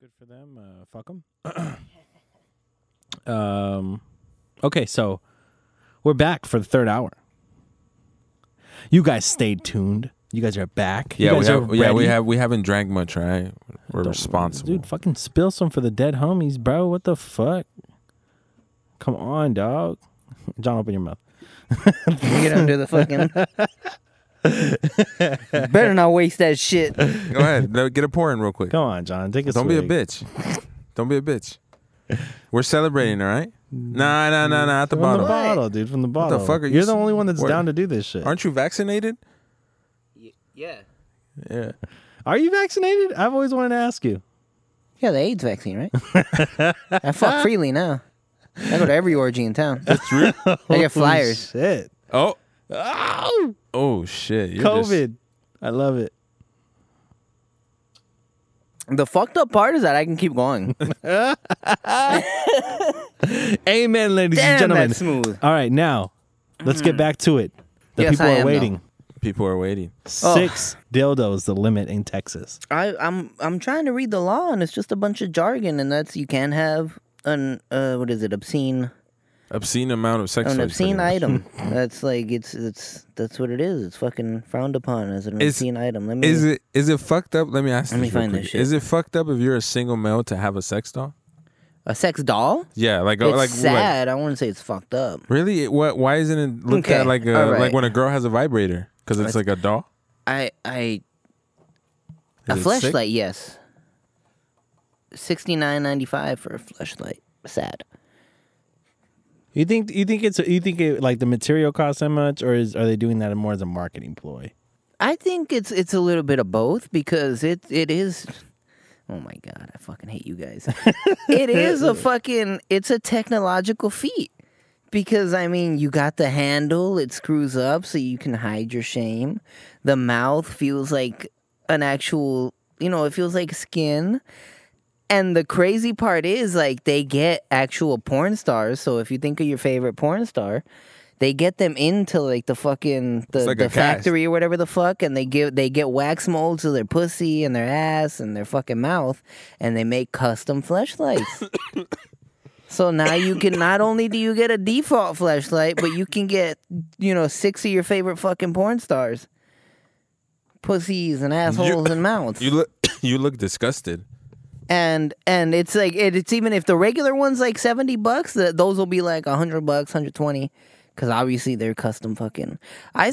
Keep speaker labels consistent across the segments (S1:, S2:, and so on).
S1: Good for them. Uh, fuck 'em. um, okay, so we're back for the third hour. You guys stayed tuned. You guys are back. You
S2: Yeah, we
S1: guys
S2: have,
S1: are
S2: yeah, we
S1: ready.
S2: have we haven't drank much, right? We're
S1: Don't-
S2: responsible.
S1: Dude, fucking spill some for the dead homies, bro. What the fuck? Come on, dog. John, open your mouth.
S3: Get under the fucking. Better not waste that shit.
S2: Go ahead, no, get a pour in real quick.
S1: Come on, John. Take a
S2: Don't be a
S1: swig.
S2: bitch. Don't be a bitch. We're celebrating, all right? Nah, nah, nah, nah. At the
S1: From Mm. the
S2: bottom.
S1: bottle, dude. From the bottle.
S2: fuck are you
S1: You're the
S2: s-
S1: only one that's
S2: Where-
S1: down to do this shit.
S2: Aren't you vaccinated?
S3: Yeah.
S2: Yeah.
S1: Are you vaccinated? I've always wanted to ask you.
S3: Yeah, the AIDS vaccine, right? I fuck freely now. I go to every orgy in town.
S2: It's real.
S3: I get flyers.
S1: Shit.
S2: Oh. Oh shit. You're just-
S1: COVID. I love it.
S3: The fucked up part is that I can keep going.
S1: Amen, ladies and
S3: Damn,
S1: gentlemen.
S3: that's smooth.
S1: All right, now let's get back to it. The
S3: Yes,
S1: people
S3: I
S1: are
S3: am, Oh.
S1: waiting.
S2: people are waiting.
S1: Six dildos the limit in Texas.
S3: I, I'm I'm trying to read the law, and it's just a bunch of jargon, and that's you can't have an uh, what is it obscene
S2: Obscene amount of sex.
S3: an
S2: toys, pretty
S3: obscene
S2: much.
S3: item. that's like it's it's that's what it is. It's fucking frowned upon as an
S2: Is-
S3: obscene item. Let me
S2: Is it is it fucked up? Let me ask.
S3: Let
S2: this
S3: me
S2: real
S3: find
S2: quick.
S3: this shit.
S2: Is it fucked up if you're a single male to have a sex doll?
S3: a sex doll?
S2: Yeah, like uh,
S3: it's
S2: like, like
S3: sad. I wouldn't say it's fucked up.
S2: really. It- What? Why isn't it looked
S3: Okay,
S2: at like a
S3: all right.
S2: like when a girl has a vibrator because it's like a doll?
S3: I I
S2: Is
S3: a
S2: it sick?
S3: flashlight, yes. Sixty nine ninety five for a flashlight. Sad.
S1: You think you think it's you think it, like the material costs that much, or is are they doing that more as a marketing ploy?
S3: I think it's it's a little bit of both because it it is. Oh my god, I fucking hate you guys. it is a fucking it's a technological feat because I mean you got the handle, it screws up so you can hide your shame. The mouth feels like an actual, you know, it feels like skin. And the crazy part is like they get actual porn stars. So if you think of your favorite porn star, they get them into like the fucking the,
S2: like a
S3: the
S2: cast.
S3: factory or whatever the fuck, and they give they get wax molds of their pussy and their ass and their fucking mouth, and they make custom fleshlights. so now you can not only do you get a default fleshlight, but you can get you know six of your favorite fucking porn stars, pussies and assholes and mouths
S2: You look you look disgusted.
S3: and and it's like it, it's even if the regular one's like 70 bucks that those will be like 100 bucks 120 because obviously they're custom fucking i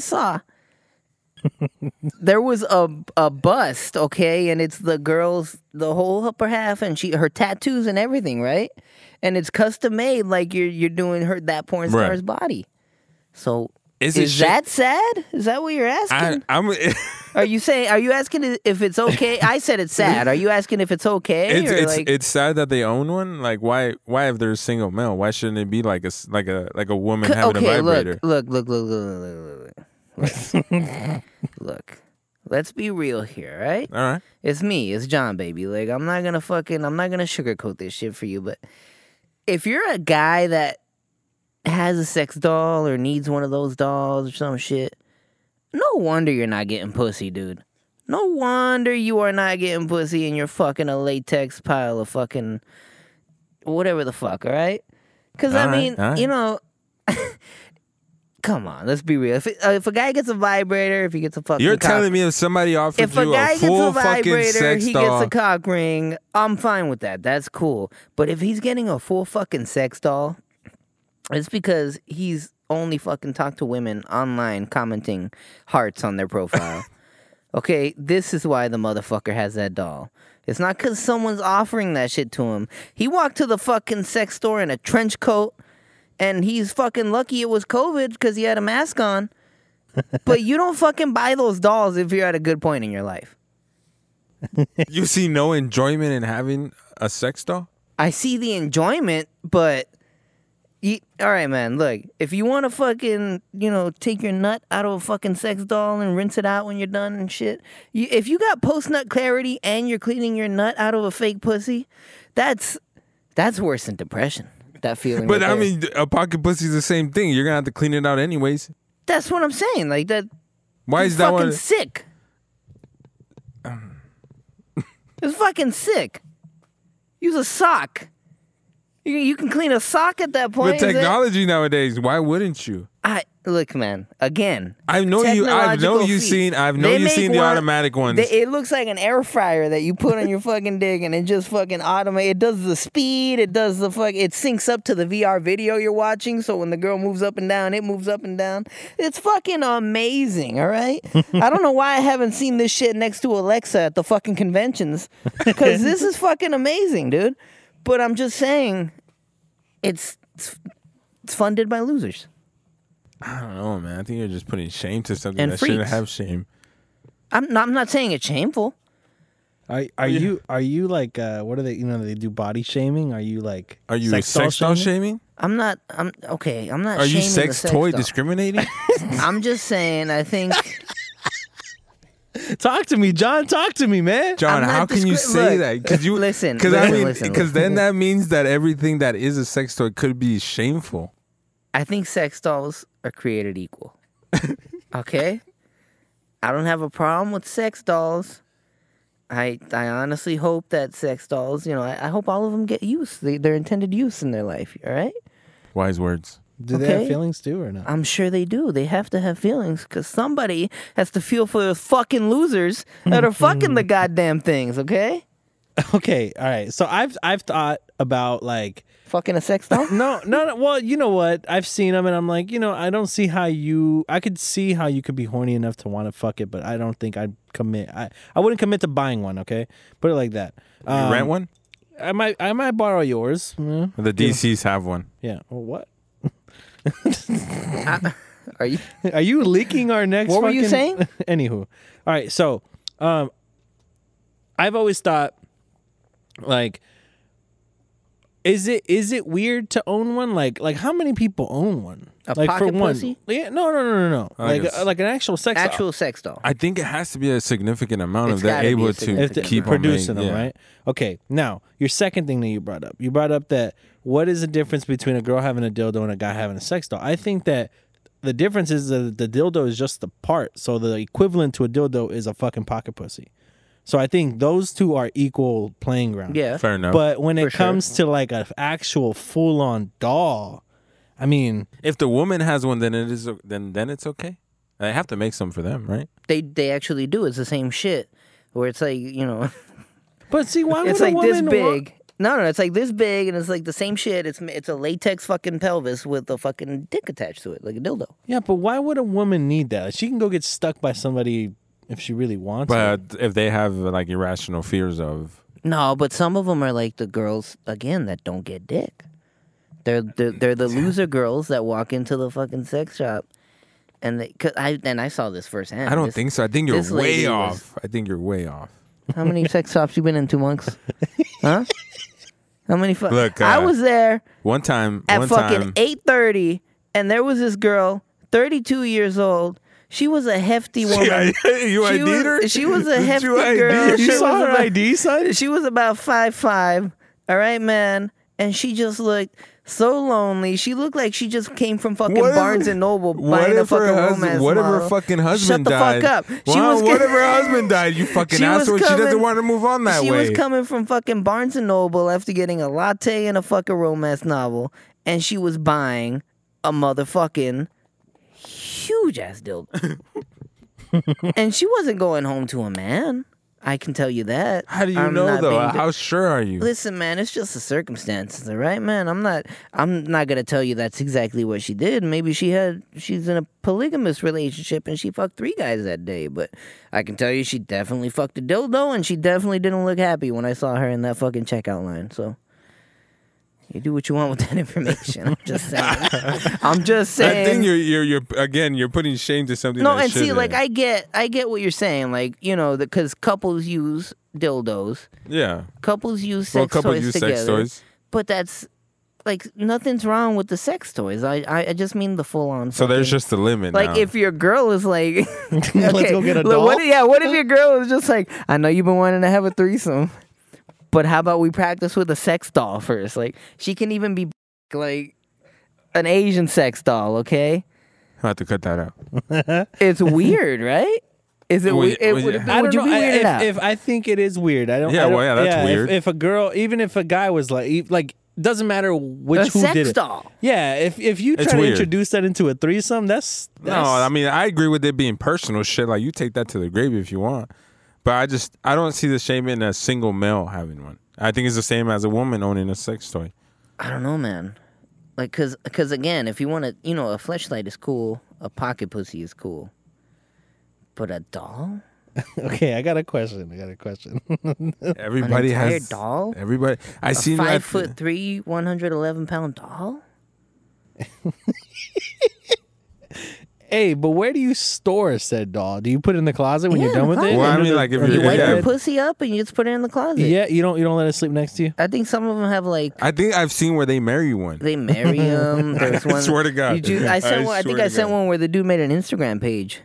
S3: saw there was a a bust okay and it's the girl's the whole upper half and she her tattoos and everything right and it's custom made like you're you're doing her that porn
S2: Right.
S3: star's body so
S2: Is
S3: is,
S2: it shit-
S3: that sad? Is that what you're
S2: I,
S3: asking?
S2: I'm.
S3: are you saying? Are you asking if it's okay? I said it's sad. Are you asking if it's okay?
S2: it's
S3: or
S2: it's
S3: like,
S2: it's sad that they own one. Like why why if they're a single male, why shouldn't it be like a s- like a like a woman
S3: C-
S2: having a vibrator?
S3: Look, look, look, look, look, look, look, look, look. look. Let's be real here, right?
S2: All right.
S3: It's me, it's John, baby. Like I'm not gonna fucking, I'm not gonna sugarcoat this shit for you. But if you're a guy that has a sex doll or needs one of those dolls or some shit, no wonder you're not getting pussy, dude. No wonder you are not getting pussy and you're fucking a latex pile of fucking whatever the fuck, all right? Because I
S2: All right,
S3: mean,
S2: all right.
S3: you know, come on, let's be real. If, it, uh, if a guy gets a vibrator, if he gets a fucking
S2: You're
S3: cock-
S2: telling me if somebody offered
S3: if a
S2: you
S3: guy
S2: a full
S3: gets a
S2: fucking
S3: vibrator,
S2: sex
S3: he
S2: doll,
S3: gets a cock ring. I'm fine with that. That's cool. But if he's getting a full fucking sex doll, it's because he's only fucking talked to women online commenting hearts on their profile. okay, this is why the motherfucker has that doll. It's not because someone's offering that shit to him. He walked to the fucking sex store in a trench coat, and he's fucking lucky it was COVID because he had a mask on. but you don't fucking buy those dolls if you're at a good point in your life.
S2: you see no enjoyment in having a sex doll.
S3: I see the enjoyment, but you, all right, man. Look, if you want to fucking, you know, take your nut out of a fucking sex doll and rinse it out when you're done and shit. You, if you got post nut clarity and you're cleaning your nut out of a fake pussy, that's that's worse than depression. That feeling.
S2: But
S3: right
S2: I
S3: there.
S2: mean, a pocket pussy is the same thing. You're gonna have to clean it out anyways.
S3: that's what I'm saying. Like that.
S2: Why Um.
S3: It's
S2: is that
S3: fucking
S2: one?
S3: sick. it's fucking sick. Use a sock. You, you can clean a sock at that point.
S2: With
S3: is it?
S2: technology nowadays, why wouldn't you?
S3: I look, man. Again,
S2: I know you. I know
S3: technological
S2: you
S3: feat.
S2: seen. I've know
S3: They
S2: you
S3: make
S2: seen the
S3: one-
S2: automatic ones.
S3: They, it looks like an air fryer that you put on your fucking dick and it just fucking automate. It does the speed. It does the fuck. It syncs up to the VR video you're watching. So when the girl moves up and down, it moves up and down. It's fucking amazing. All right. I don't know why I haven't seen this shit next to Alexa at the fucking conventions because this is fucking amazing, dude. But I'm just saying, it's it's, it's funded by losers.
S2: I don't know, man. I think you're just putting shame to something
S3: And
S2: that shouldn't
S3: freaks.
S2: have shame.
S3: I'm not, I'm not saying it's shameful.
S1: Are are you are you like uh, what are they? You know they do body shaming. Are you like
S2: Are you
S1: sex doll
S2: sex doll shaming?
S3: I'm not. I'm okay. I'm not.
S2: Are you
S3: shaming the
S2: sex toy
S3: doll.
S2: discriminating?
S3: I'm just saying. I think
S1: Talk to me, John. Talk to me, man.
S2: John,
S3: I'm not
S2: how can you
S3: discri-
S2: say
S3: look,
S2: that? Because you
S3: listen,
S2: Because I
S3: listen,
S2: mean,
S3: listen,
S2: because then
S3: listen.
S2: that means that everything that is a sex toy could be shameful.
S3: I think sex dolls are created equal. Okay? I don't have a problem with sex dolls. I I honestly hope that sex dolls, you know, I, I hope all of them get use, they, their intended use in their life, all right?
S2: Wise words.
S1: Do they have
S3: Okay.
S1: feelings too or not?
S3: I'm sure they do. They have to have feelings because somebody has to feel for the fucking losers that are fucking the goddamn things, okay?
S1: Okay, all right. So I've I've thought about like
S3: Fucking a sex doll?
S1: no, no, no. Well, you know what? I've seen them, and I'm like, you know, I don't see how you. I could see how you could be horny enough to want to fuck it, but I don't think I'd commit. I I wouldn't commit to buying one. Okay, put it like that.
S2: You
S1: Um,
S2: rent one?
S1: I might I might borrow yours. Yeah.
S2: The DCs have one.
S1: yeah. Well, what?
S3: Are you?
S1: Are you leaking our next?
S3: What were you
S1: fucking-
S3: saying?
S1: Anywho, all right. So, um, I've always thought, like, is it is it weird to own one? Like, like how many people own one?
S3: A
S1: like
S3: pocket pussy?
S1: one? Yeah. No, no, no, no, no.
S2: I
S1: Like,
S2: guess-
S1: uh, like an actual sex. doll.
S3: Actual sex doll.
S2: I think it has to be a significant amount
S3: It's
S2: if they're
S3: gotta be a
S2: able to
S1: if
S3: significant
S1: they
S2: keep on
S1: producing
S2: making-
S1: them,
S2: yeah.
S1: right? Okay. Now, your second thing that you brought up, you brought up that what is the difference between a girl having a dildo and a guy having a sex doll? I think that the difference is that the dildo is just the part, so the equivalent to a dildo is a fucking pocket pussy. So I think those two are equal playing ground.
S3: yeah.
S2: Fair enough.
S1: But when
S3: For
S1: it
S3: sure.
S1: comes to like an actual full on doll, I mean,
S2: if the woman has one, then it is o- then then it's okay. They have to make some for them, right?
S3: they they actually do. It's the same shit. Where it's like you know,
S1: but see, why
S3: it's
S1: would
S3: like
S1: a
S3: this
S1: woman wa-
S3: big. No, no, it's like this big, and it's like the same shit. It's it's a latex fucking pelvis with a fucking dick attached to it, like a dildo.
S1: yeah, but why would a woman need that? She can go get stuck by somebody if she really wants. it.
S2: But if they have like irrational fears of
S3: No, but some of them are like the girls again that don't get dick. They're they're, they're the loser girls that walk into the fucking sex shop, and they. Cause I and I saw this firsthand.
S2: I don't
S3: This-
S2: think so. I think you're
S3: this
S2: way
S3: lady
S2: off.
S3: was-
S2: I think you're way off.
S3: How many sex shops you been in two months? Huh? How many? Fu-
S2: Look,
S3: I
S2: uh,
S3: was there.
S2: One time,
S3: at
S2: one
S3: fucking
S2: time,
S3: eight thirty, and there was this girl, thirty two years old. She was a hefty woman.
S2: you
S3: she,
S2: ID'd her?
S3: was, she was a
S2: You
S3: hefty
S2: ID'd
S3: girl.
S2: her?
S3: She
S1: You saw
S3: was
S1: her
S3: about-
S1: ID, son?
S3: She was about five five. All right, man. And she just looked so lonely. She looked like she just came from fucking
S2: What if-
S3: Barnes and Noble
S2: what
S3: buying a
S2: if her
S3: fucking
S2: husband-
S3: romance
S2: What if her
S3: model.
S2: fucking husband
S3: Shut the
S2: died?
S3: fuck up. She
S2: Wow,
S3: was
S2: what if her husband died? You fucking
S3: She was
S2: asshole. she doesn't
S3: coming-
S2: want to move on that
S3: she
S2: way.
S3: was coming from fucking Barnes and Noble after getting a latte and a fucking romance novel, and she was buying a motherfucking huge ass dildo. and she wasn't going home to a man. I can tell you that.
S2: How do you
S3: I'm
S2: know
S3: not
S2: though?
S3: being-
S2: How sure are you?
S3: Listen, man, it's just the circumstances, all right, man. I'm not, I'm not gonna tell you that's exactly what she did. Maybe she had, she's in a polygamous relationship and she fucked three guys that day. But I can tell you, she definitely fucked a dildo and she definitely didn't look happy when I saw her in that fucking checkout line. So. You do what you want with that information. I'm just saying. I'm just saying.
S2: I think you're, you're you're again you're putting shame to something.
S3: No,
S2: that
S3: and see,
S2: shouldn't.
S3: like I get, I get what you're saying. Like you know, because couples use dildos,
S2: yeah.
S3: couples use sex
S2: Well, a couple
S3: toys
S2: use
S3: together.
S2: sex toys.
S3: But that's like nothing's wrong with the sex toys. I I, I just mean the full on.
S2: So there's just a limit.
S3: like
S2: now.
S3: if your girl is like, okay,
S1: go get a
S3: look, What,
S1: doll?
S3: yeah, what if your girl is just like, I know you've been wanting to have a threesome, but how about we practice with a sex doll first? Like she can even be like an Asian sex doll. Okay,
S2: I have to cut that out.
S3: it's weird, right? Is it?
S2: Would
S3: we-
S2: you-
S3: it
S2: would
S3: would
S2: you-
S3: have
S2: I
S3: been- would you be
S1: I-
S3: weirded
S1: if,
S3: out?
S1: if I think it is weird. I don't.
S2: Yeah,
S1: I don't-
S2: well, yeah, that's weird.
S1: If, if a girl, even if a guy was like, e- like doesn't matter which
S3: A
S1: who
S3: sex
S1: did it.
S3: doll.
S1: Yeah, if if you
S2: It's
S1: try to
S2: weird.
S1: introduce that into a threesome, that's,
S2: No,
S1: that's-
S2: I mean I agree with it being personal shit. Like you take that to the grave if you want, but I just I don't see the shame in a single male having one. I think it's the same as a woman owning a sex toy.
S3: I don't know, man. Like, cause, cause again, if you want to, you know, a fleshlight is cool, a pocket pussy is cool, but a doll,
S1: okay, I got a question. I got a question.
S2: Everybody
S3: entire
S2: has
S3: doll?
S2: Everybody, I seen that.
S3: five foot three, one hundred eleven pound doll.
S1: hey, but where do you store said doll? Do you put it in the closet when you're
S3: Yeah,
S1: done with
S3: the
S1: it?
S3: closet. Well, I
S1: Under
S2: mean,
S1: the-
S2: like, if
S1: under
S2: you-
S1: the
S3: Wipe
S2: yeah.
S3: your
S1: bed?
S3: pussy up and you just put it in the closet.
S1: yeah, you don't you don't let it sleep next to you.
S3: I think some of them have like
S2: I think I've seen where they marry one.
S3: they marry them. There's
S2: I
S3: one.
S2: swear to God.
S3: You do, I sent
S2: I
S3: one. I think
S2: swear
S3: I
S2: to
S3: sent
S2: God.
S3: one where the dude made an Instagram page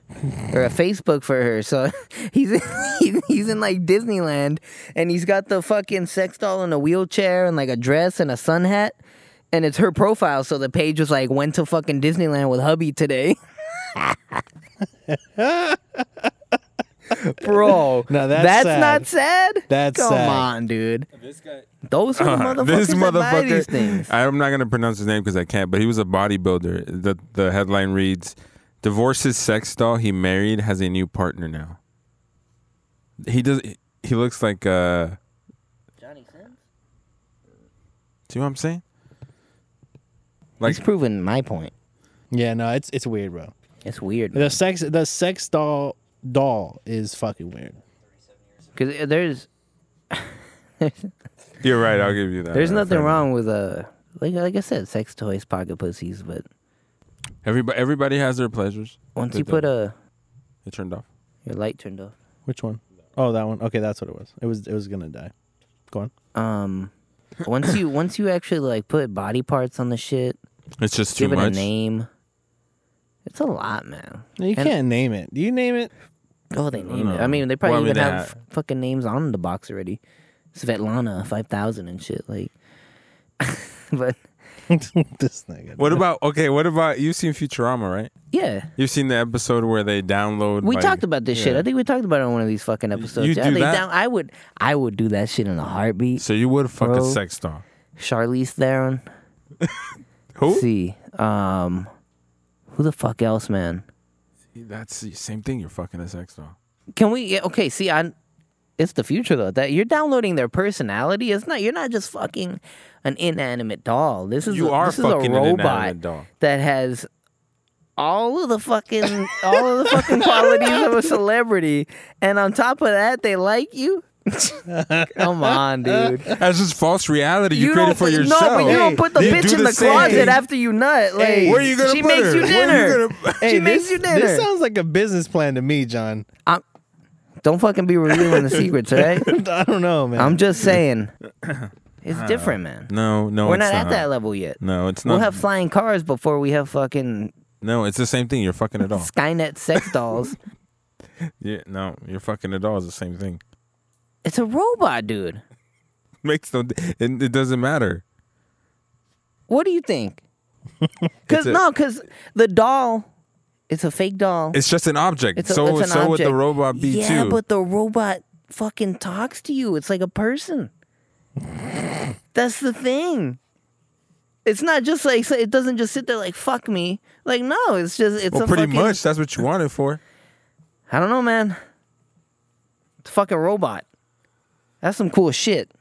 S3: or a Facebook for her. So he's in, he's in like Disneyland and he's got the fucking sex doll in a wheelchair and like a dress and a sun hat. And it's her profile, so the page was like, "Went to fucking Disneyland with hubby today." Bro,
S1: Now that's sad.
S3: not sad.
S1: That's
S3: come
S1: sad.
S3: on, dude.
S2: This guy.
S3: Those are the motherfuckers
S2: Uh, this
S3: that buy
S2: motherfucker.
S3: these things.
S2: I'm not gonna pronounce his name because I can't. But he was a bodybuilder. The the headline reads: Divorces sex doll he married has a new partner now. He does. He looks like. uh
S3: Johnny Sins?
S2: Do you know what I'm saying?
S3: He's proven my point.
S1: Yeah, no, it's it's weird, bro.
S3: It's weird.
S1: The sex the sex doll doll is fucking weird.
S3: Because uh, there's
S2: You're right. I'll give you that.
S3: there's
S2: All right,
S3: nothing
S2: fair enough.
S3: wrong with uh like like I said, sex toys, pocket pussies, but
S2: Everybody everybody has their pleasures.
S3: once
S2: They
S3: you put
S2: don't.
S3: a
S2: it turned off.
S3: your light turned off.
S1: Which one? Oh, that one. Okay, that's what it was. It was it was gonna die. Go on.
S3: Um once you once you actually like put body parts on the shit,
S2: It's just too
S3: give it
S2: much.
S3: a name. It's a lot, man.
S1: No, you
S3: And-
S1: can't name it. Do you name it?
S3: Oh, they name
S2: No.
S3: it. I mean, they probably
S2: Well, I mean,
S3: even
S2: they
S3: have
S2: have-
S3: f- fucking names on the box already. Svetlana five thousand and shit like. but
S1: this nigga.
S2: What about okay? What about you've seen Futurama, right?
S3: yeah,
S2: You've seen the episode where they download.
S3: we
S2: like-
S3: talked about this shit.
S2: yeah.
S3: I think we talked about it on one of these fucking episodes.
S2: you
S3: I
S2: do
S3: think
S2: that?
S3: down- I would, I would do that shit in a heartbeat.
S2: So you would fuck a
S3: Bro.
S2: sex doll.
S3: Charlize Theron.
S2: Who?
S3: see. Um, who the fuck else, man?
S2: That's the same thing. You're fucking a sex doll.
S3: Can we? yeah, Okay, see, I. It's the future though. That you're downloading their personality. It's not. You're not just fucking an inanimate doll. This is
S2: You
S3: a,
S2: are
S3: this is a
S2: fucking an
S3: robot
S2: inanimate doll.
S3: that has all of the fucking all of the fucking qualities of a celebrity, and on top of that, they like you. Come on, dude.
S2: That's just false reality. You, created
S3: don't
S2: for
S3: put-
S2: yourself.
S3: No, but you don't
S1: Hey,
S3: put the
S2: you
S3: bitch
S2: do
S3: in
S2: the
S3: the
S2: same
S3: closet
S2: thing.
S3: after you nut. Like,
S1: Hey,
S2: Where you gonna
S3: she
S2: put
S3: makes
S2: her?
S3: you
S2: Where
S3: dinner.
S2: you gonna-
S1: Hey,
S3: she
S1: this,
S3: makes you
S1: This
S3: dinner.
S1: sounds like a business plan to me, John.
S3: Don't fucking be revealing the secrets, all right?
S1: I don't know, man.
S3: I'm just saying, it's different, man.
S2: no, no,
S3: We're
S2: it's
S3: not, at that level yet.
S2: No, it's not.
S3: We'll have flying cars before we have fucking
S2: no, it's the same thing. You're fucking a doll.
S3: Skynet sex dolls.
S2: yeah, no, you're fucking a doll. Is the same thing.
S3: it's a robot, dude.
S2: Makes no. It, it doesn't matter.
S3: What do you think?
S2: It's
S3: Because
S2: a-
S3: no, because the doll, it's a fake doll.
S2: It's just an object.
S3: It's a-
S2: so
S3: it's an
S2: so would the
S3: object.
S2: robot be
S3: yeah,
S2: too?
S3: but the robot fucking talks to you. It's like a person. That's the thing. It's not just like so it doesn't just sit there like fuck me. Like no, it's just it's
S2: well,
S3: a
S2: pretty
S3: fucking,
S2: much. That's what you wanted for.
S3: I don't know, man. It's a fucking robot. That's some cool shit.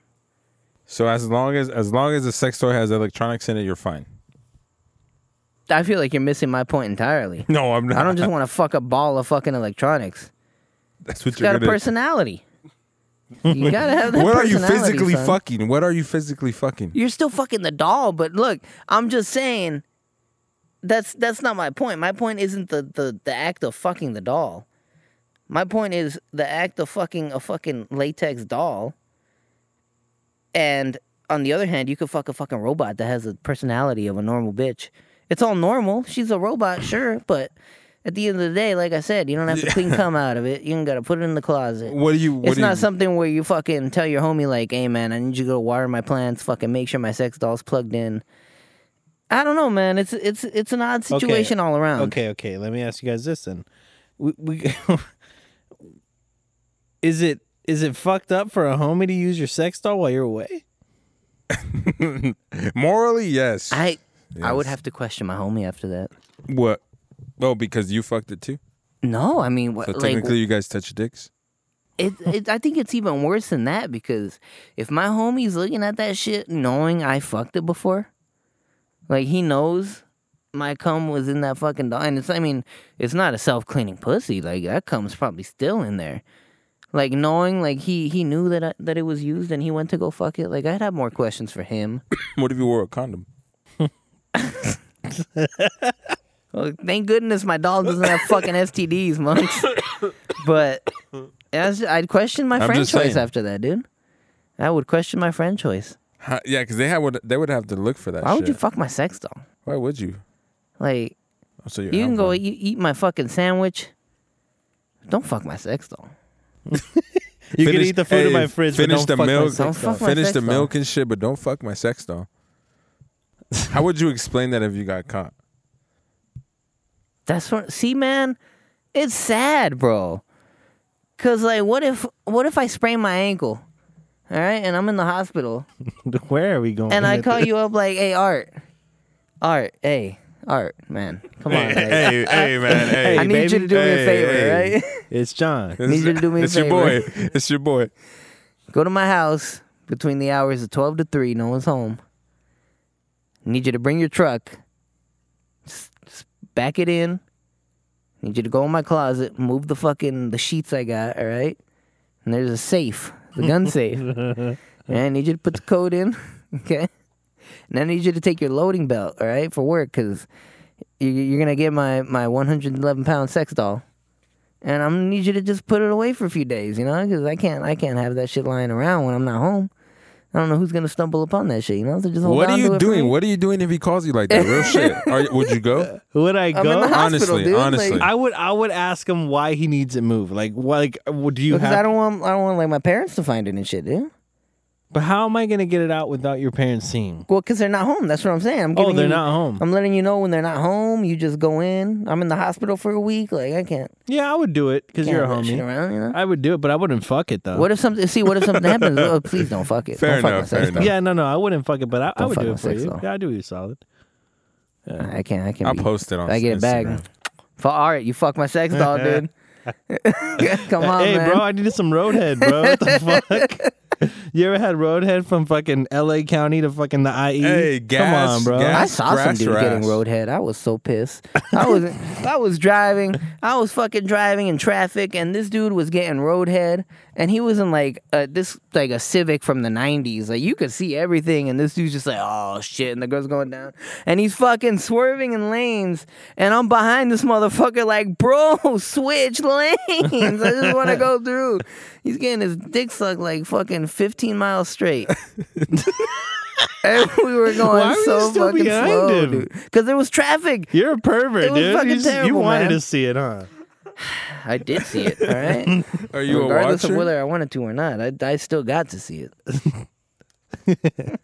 S2: So as long as as long as the sex toy has electronics in it, you're fine.
S3: I feel like you're missing my point entirely.
S2: No, I'm not.
S3: I don't just want to fuck a ball of fucking electronics.
S2: That's what
S3: It's
S2: you're
S3: got a
S2: gonna.
S3: personality. You gotta have that
S2: what are you
S3: personality,
S2: physically
S3: son.
S2: fucking? What are you physically fucking?
S3: you're still fucking the doll but look i'm just saying that's that's not my point my point isn't the the, the act of fucking the doll my point is the act of fucking a fucking latex doll and on the other hand you could fuck a fucking robot that has the personality of a normal bitch it's all normal she's a robot sure but at the end of the day like i said you don't have to clean cum out of it you ain't gotta put it in the closet
S2: What do you? What
S3: it's
S2: do
S3: not
S2: you,
S3: something where you fucking tell your homie like, "Hey man, I need you to go water my plants. Fucking make sure my sex doll's plugged in." I don't know, man. It's it's it's an odd situation all around.
S1: okay, okay. Let me ask you guys this then. We, we is it is it fucked up for a homie to use your sex doll while you're away?
S2: Morally, yes.
S3: I I would have to question my homie after that.
S2: what? Oh, because you fucked it too.
S3: No, I mean, what,
S2: So
S3: like
S2: technically, you guys touch dicks.
S3: it, it, I think it's even worse than that because if my homie's looking at that shit knowing I fucked it before, like he knows my cum was in that fucking doll, and it's I mean it's not a self cleaning pussy like that cum's probably still in there, like knowing like he he knew that I, that it was used and he went to go fuck it like I'd have more questions for him.
S2: What if you wore a condom?
S3: Well, thank goodness my doll doesn't have fucking STDs, monks. but as I'd question my
S2: I'm
S3: friend
S2: just
S3: choice
S2: saying.
S3: after that, dude. I would question my friend choice.
S2: Huh, yeah, because they had would they would have to look for that.
S3: Why would
S2: shit.
S3: you fuck my sex doll?
S2: Why would you?
S3: Like
S2: Oh, So you're
S3: you can go
S2: alpha.
S3: eat, eat my fucking sandwich. Don't fuck my sex doll.
S1: You can
S2: Finish-
S1: eat the food in
S2: hey,
S1: my fridge. but
S2: finish
S1: don't
S2: the
S1: fuck my
S2: milk.
S1: sex
S3: Don't
S1: doll.
S3: fuck my
S2: Finish
S3: sex
S2: the
S3: doll.
S2: milk and shit, but don't fuck my sex doll. How would you explain that if you got caught?
S3: That's what. See, man, it's sad, bro. Cause like, what if what if I sprain my ankle? All right, and I'm in the hospital.
S1: Where are we going?
S3: and I
S1: with
S3: call
S1: this?
S3: you up like, "Hey, Art, Art, hey, Art, man, come on, like,
S2: hey, hey, man, hey.
S3: I need
S1: baby.
S3: you to do me a
S2: Hey,
S3: favor,
S2: hey.
S3: right?
S1: It's John.
S2: This-
S3: need you to do me a
S2: It's your boy.
S3: favor.
S2: It's your boy.
S3: Go to my house between the hours of twelve to three. No one's home. Need you to bring your truck, s- s- back it in. Need you to go in my closet, move the fucking the sheets I got, all right? And there's a safe, the gun safe. And I need you to put the code in, okay? And I need you to take your loading belt, all right, for work, because you, you're gonna get my my 111 pound sex doll, and I'm gonna need you to just put it away for a few days, you know, because I can't I can't have that shit lying around when I'm not home. I don't know who's gonna stumble upon that shit, you know. So just hold
S2: What
S3: on
S2: are
S3: to
S2: you
S3: it for
S2: doing?
S3: me.
S2: What are you doing if he calls you like that? Real shit. Are, you- would you go?
S1: Would I
S3: I'm in
S1: go?
S3: the hospital,
S2: Honestly,
S3: dude. like-
S2: honestly.
S1: I would. I would ask him why he needs it moved. Like, why- like, w- do you
S3: Because
S1: have?
S3: I don't want I don't want like my parents to find it and shit, dude.
S1: but how am I gonna get it out without your parents seeing?
S3: Well, because they're not home. That's what I'm saying. I'm
S1: Oh,
S3: giving
S1: they're
S3: you-
S1: not home.
S3: I'm letting you know when they're not home. You just go in. I'm in the hospital for a week. Like I can't.
S1: yeah, I would do it because
S3: can't
S1: you're a
S3: have that shit
S1: homie. Uh,
S3: Around, you know?
S1: I would do it, but I wouldn't fuck it though.
S3: what if something? See, what if something happens? Oh, please don't fuck it.
S2: Fair
S3: don't
S2: enough,
S3: Fuck my
S2: fair
S3: sex
S2: enough.
S1: yeah, no, no, I wouldn't fuck it, but I, I
S3: Don't
S1: would
S3: fuck
S1: do
S3: my
S1: it for
S3: sex
S1: you.
S3: doll.
S1: Yeah, I do you solid.
S3: doll. I can't. I can't.
S2: I'll
S3: be-
S2: post it on
S3: I get it back.
S2: Instagram.
S3: For all right, you fuck my sex doll, dude. Come on,
S1: hey,
S3: man.
S1: bro, I needed some roadhead, bro. What the fuck? You ever had roadhead from fucking L.A. County to fucking the IE?
S2: Hey, gas,
S1: Come on, bro.
S2: gas.
S3: I saw some
S2: Grass
S3: dude
S2: rash.
S3: getting roadhead. I was so pissed. I was I was driving. I was fucking driving in traffic, and this dude was getting roadhead, and he was in like a, this like a Civic from the '90s. Like you could see everything, and this dude's just like, oh shit, and the girl's going down, and he's fucking swerving in lanes, and I'm behind this motherfucker like, bro, switch lanes. I just want to go through. He's getting his dick sucked like fucking 15 miles straight. And we were going
S1: Why were you
S3: so
S1: still
S3: fucking
S1: behind
S3: slow,
S1: him?
S3: dude. Because there was traffic.
S1: You're a pervert,
S3: It was
S1: dude.
S3: fucking
S1: you, just- you
S3: terrible,
S1: wanted
S3: man.
S1: to see it, huh?
S3: I did see it. All right.
S2: Are you a
S3: Regardless
S2: watcher?
S3: of whether I wanted to or not, I, I still got to see it.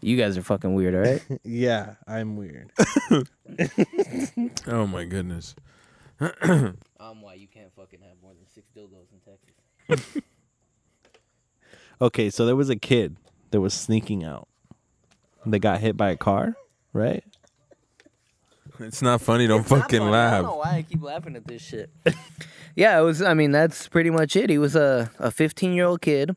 S3: you guys are fucking weird. All right.
S1: Yeah, I'm weird.
S2: oh my goodness.
S3: Um, why you can't fucking have more than six dildos in Texas?
S1: Okay, so there was a kid that was sneaking out. They got hit by a car, right?
S2: It's not funny. Don't fucking
S3: I don't know
S2: laugh.
S3: why I keep laughing at this shit. yeah, it was. I mean, that's pretty much it. He was a a 15 year old kid,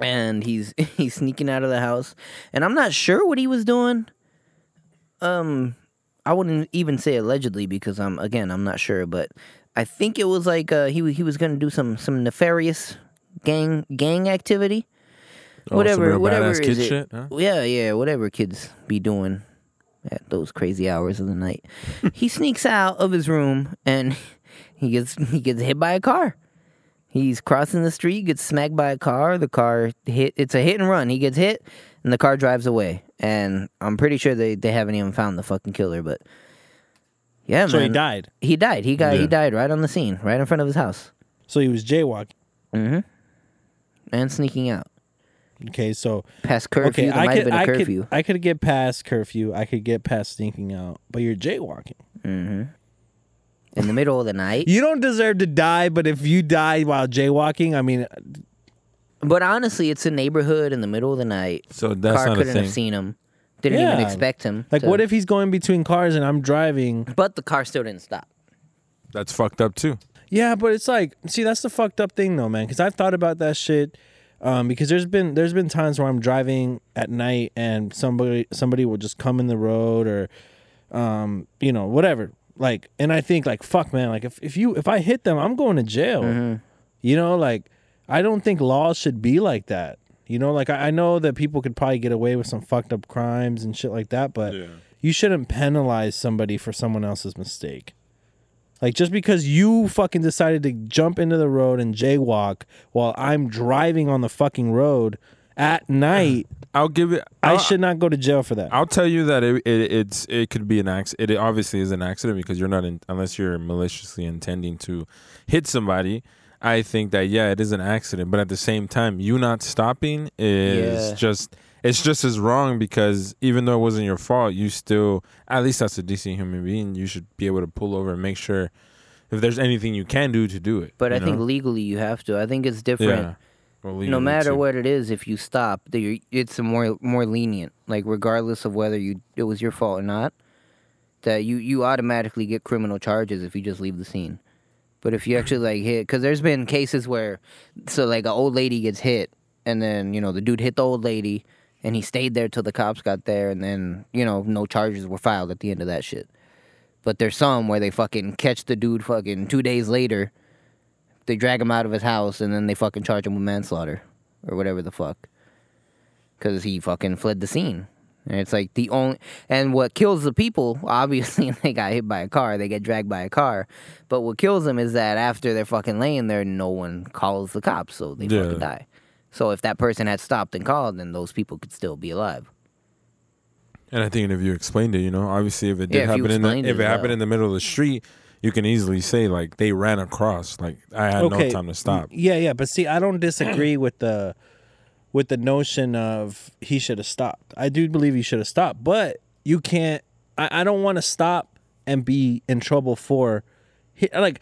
S3: and he's he's sneaking out of the house, and I'm not sure what he was doing. Um, I wouldn't even say allegedly because I'm again I'm not sure, but I think it was like uh, he wa- he was gonna do some some nefarious gang gang activity.
S2: Oh,
S3: whatever,
S2: some real
S3: whatever
S2: badass
S3: is
S2: kid
S3: it.
S2: shit, huh?
S3: Yeah, yeah, whatever kids be doing at those crazy hours of the night. he sneaks out of his room and he gets he gets hit by a car. He's crossing the street, gets smacked by a car. The car hit. It's a hit and run. He gets hit, and the car drives away. And I'm pretty sure they, they haven't even found the fucking killer. But yeah,
S1: So
S3: man,
S1: he died.
S3: He died. He got.
S2: Yeah.
S3: He died right on the scene, right in front of his house,
S1: So he was jaywalking.
S3: and sneaking out
S1: Okay, so
S3: past curfew.
S1: okay,
S3: there
S1: I
S3: might
S1: could,
S3: have been a
S1: I could-
S3: curfew.
S1: I could get past curfew. I could get past sneaking out, but you're jaywalking.
S3: in the middle of the night.
S1: You don't deserve to die, but if you die while jaywalking, I mean,
S3: But honestly, it's a neighborhood in the middle of the night.
S2: So that's
S3: Car
S2: not a
S3: couldn't
S2: thing.
S3: have seen him. Didn't even
S1: Yeah.
S3: expect him.
S1: like,
S3: to-
S1: what if he's going between cars and I'm driving?
S3: But the car still didn't stop.
S2: That's fucked up too.
S1: Yeah, but it's like, see, that's the fucked up thing though, man. Because I've thought about that shit. Um, because there's been there's been times where I'm driving at night and somebody somebody will just come in the road or, um, you know, whatever. Like, and I think like, fuck, man. Like, if if you if I hit them, I'm going to jail. You know, like, I don't think laws should be like that. You know, like I, I know that people could probably get away with some fucked up crimes and shit like that, but you shouldn't penalize somebody for someone else's mistake. Like just because you fucking decided to jump into the road and jaywalk while I'm driving on the fucking road at
S2: Uh-huh.
S1: night,
S2: I'll give it.
S1: I
S2: I'll,
S1: should not go to jail for that.
S2: I'll tell you that it, it it's it could be an accident. It obviously is an accident because you're not in, unless you're maliciously intending to hit somebody. I think that yeah, it is an accident, but at the same time, you not stopping is
S3: Yeah.
S2: just it's just as wrong because even though it wasn't your fault, you still at least as a decent human being, you should be able to pull over and make sure if there's anything you can do to do it.
S3: But
S2: you
S3: I think
S2: know?
S3: legally you have to. I think it's different.
S2: yeah, Well,
S3: no
S2: legally,
S3: matter
S2: too.
S3: what it is, if you stop, the- it's a more more lenient. Like regardless of whether you it was your fault or not, that you you automatically get criminal charges if you just leave the scene. But if you actually like hit, because there's been cases where, so like an old lady gets hit, and then you know the dude hit the old lady, and he stayed there till the cops got there, and then you know no charges were filed at the end of that shit. But there's some where they fucking catch the dude fucking two days later, they drag him out of his house, and then they fucking charge him with manslaughter or whatever the fuck. Because he fucking fled the scene. And it's like the only. And what kills the people, obviously, they got hit by a car, they get dragged by a car. But what kills them is that after they're fucking laying there, no one calls the cops, so they
S2: Yeah.
S3: fucking die. So if that person had stopped and called, then those people could still be alive.
S2: And I think if you explained it, you know, obviously if it did
S3: Yeah, if you
S2: happen in the
S3: explained it
S2: if it
S3: as
S2: happened
S3: well.
S2: in the middle of the street, you can easily say like they ran across, like I had no time to stop.
S1: Yeah, yeah, but see, I don't disagree with the with the notion of he should have stopped. I do believe he should have stopped, but you can't. I, I don't want to stop and be in trouble for he- like.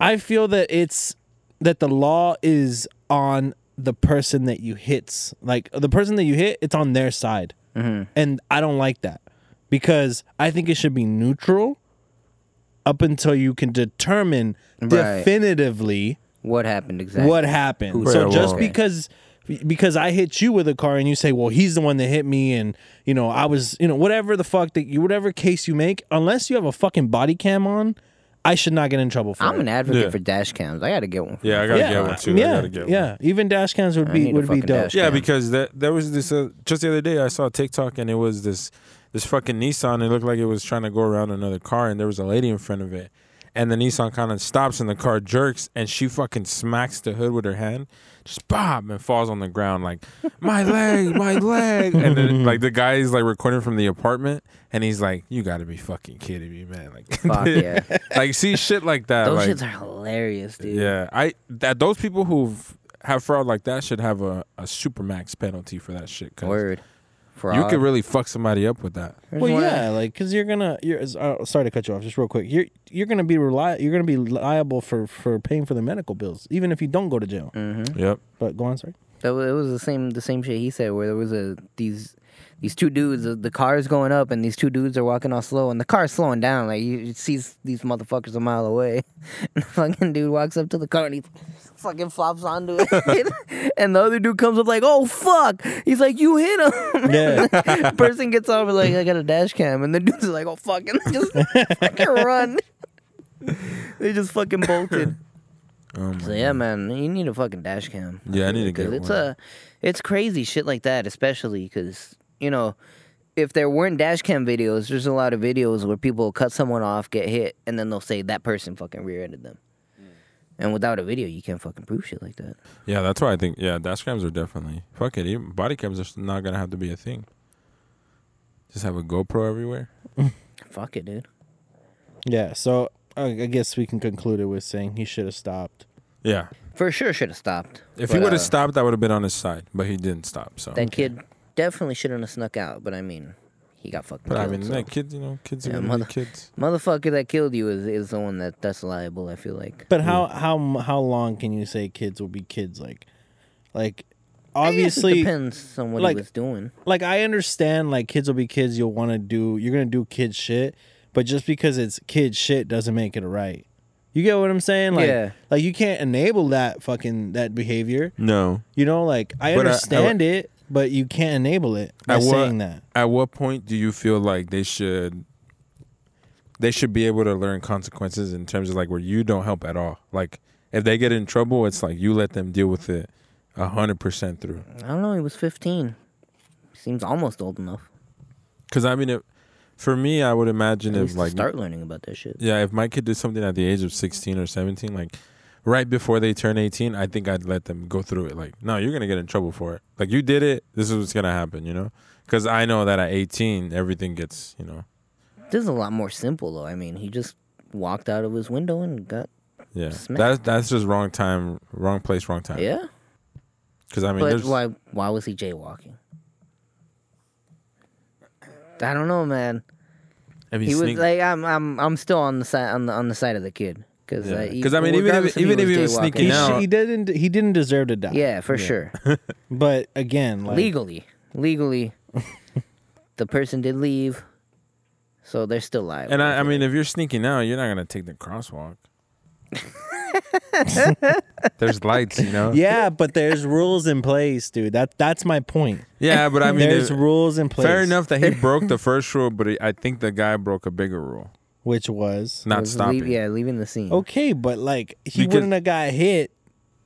S1: I feel that it's that the law is on the person that you hits. Like the person that you hit, it's on their side,
S3: Mm-hmm.
S1: and I don't like that because I think it should be neutral up until you can determine
S3: Right.
S1: definitively
S3: What happened exactly?
S1: what happened.
S2: Who's
S1: so
S2: at
S1: just
S2: fault?
S1: because because I hit you with a car and you say, "Well, he's the one that hit me," and you know I was, you know, whatever the fuck that you, whatever case you make, unless you have a fucking body cam on, I should not get in trouble for
S3: I'm
S1: it.
S3: an advocate
S2: Yeah.
S3: for dash cams. I gotta get one.
S2: Yeah, I gotta
S1: yeah,
S2: get one too.
S1: yeah,
S2: I gotta get
S1: yeah.
S2: one.
S1: Even dash cams would
S3: need
S1: be
S3: a
S1: would be
S3: fucking
S1: dope.
S3: dash
S2: Yeah,
S3: Yeah.
S2: because that there was this uh, just the other day I saw a TikTok and it was this this fucking Nissan. It looked like it was trying to go around another car and there was a lady in front of it. And the Nissan kind of stops and the car jerks and she fucking smacks the hood with her hand, just bob and falls on the ground like my leg, my leg. And then like the guy is like recording from the apartment and he's like, "You got to be fucking kidding me, man!" Like,
S3: Fuck yeah.
S2: like see shit like that.
S3: Those
S2: like,
S3: shits are hilarious, dude.
S2: yeah, I that those people who have fraud like that should have a, a supermax penalty for that shit. 'cause
S3: Word. For
S2: you could really fuck somebody up with that.
S1: Well, yeah, like because you're gonna, you're uh, sorry to cut you off, just real quick. You're you're gonna be reli- you're gonna be liable for for paying for the medical bills, even if you don't go to jail.
S3: Mm.
S2: Yep.
S1: But go on, sorry.
S3: That was, it was the same the same shit he said where there was a these these two dudes the, the car's going up and these two dudes are walking all slow and the car's slowing down like you, you see these motherfuckers a mile away and the fucking dude walks up to the car and he fucking flops onto it and the other dude comes up like oh fuck he's like you hit him
S1: Yeah.
S3: person gets over like I got a dash cam and the dudes are like oh fucking just fucking run they just fucking bolted.
S2: Oh my
S3: So yeah, man, you need a fucking dash cam.
S2: Yeah, I need to get
S3: Because it's
S2: one.
S3: a, it's crazy shit like that, especially because you know, if there weren't dash cam videos, there's a lot of videos where people will cut someone off, get hit, and then they'll say that person fucking rear-ended them. And without a video, you can't fucking prove shit like that.
S2: Yeah, that's why I think. Yeah, dash cams are definitely fuck it. Even body cams are s- not gonna have to be a thing. Just have a GoPro everywhere.
S3: Fuck it, dude.
S1: Yeah, so I, I guess we can conclude it with saying he should have stopped.
S2: Yeah.
S3: For sure, should have stopped.
S2: If he
S3: But,
S2: would have
S3: uh,
S2: stopped, I would have been on his side, but he didn't stop. So
S3: that kid definitely shouldn't have snuck out. But I mean, he got fucking
S2: But
S3: killed.
S2: I mean,
S3: so.
S2: like kids, you know, kids are
S3: Yeah,
S2: gonna
S3: mother-
S2: be kids.
S3: motherfucker that killed you is, is the one that that's liable. I feel like.
S1: But how how how long can you say kids will be kids? Like, like
S3: I guess it
S1: obviously,
S3: depends on what
S1: like-
S3: he was doing.
S1: like I understand like kids will be kids. You'll want to do you're gonna do kid shit, but just because it's kid shit doesn't make it right. You get what I'm saying? Like,
S3: Yeah.
S1: like you can't enable that fucking that behavior.
S2: No.
S1: You know, like I
S2: But I- I-
S1: understand it, but you can't enable it by
S2: At what-
S1: saying that.
S2: At what point do you feel like they should? They should be able to learn consequences in terms of like where you don't help at all. Like if they get in trouble, it's like you let them deal with it a hundred percent through.
S3: I don't know. He was 15. Seems almost old enough.
S2: Because I mean, if, for me, I would imagine
S3: At least
S2: if
S3: to
S2: like
S3: start learning about that shit.
S2: yeah, if my kid did something at the age of sixteen or seventeen, like right before they turn eighteen, I think I'd let them go through it. Like, no, you're gonna get in trouble for it. Like you did it. This is what's gonna happen. You know, because I know that at eighteen, everything gets you know.
S3: This is a lot more simple though. I mean, he just walked out of his window and got
S2: Yeah,
S3: Smack.
S2: that's that's just wrong time, wrong place, wrong time.
S3: yeah.
S2: because I mean,
S3: but
S2: there's,
S3: why? Why was he jaywalking? I don't know, man.
S2: if you
S3: He was
S2: sneak-
S3: like, I'm, I'm, I'm still on the side, on the, on the side of the kid. uh, Because,
S2: Yeah. 'Cause, I mean, even if- even if he was sneaking
S1: He,
S2: Now-
S1: sh- he didn't. He didn't deserve to die.
S3: yeah, for sure,
S1: But again, like
S3: legally, legally, the person did leave, so they're still liable.
S2: and I, I mean, if you're sneaking out, you're not gonna take the crosswalk. there's lights, you know.
S1: Yeah, but there's rules in place, dude. That that's my point.
S2: Yeah, but I mean,
S1: there's
S2: if-
S1: rules in place.
S2: fair enough that he broke the first rule, but he, I think the guy broke a bigger rule,
S1: Which was
S2: not
S3: Was
S2: stopping.
S3: leave- yeah, leaving the scene.
S1: okay, but like he
S2: Because-
S1: wouldn't have got hit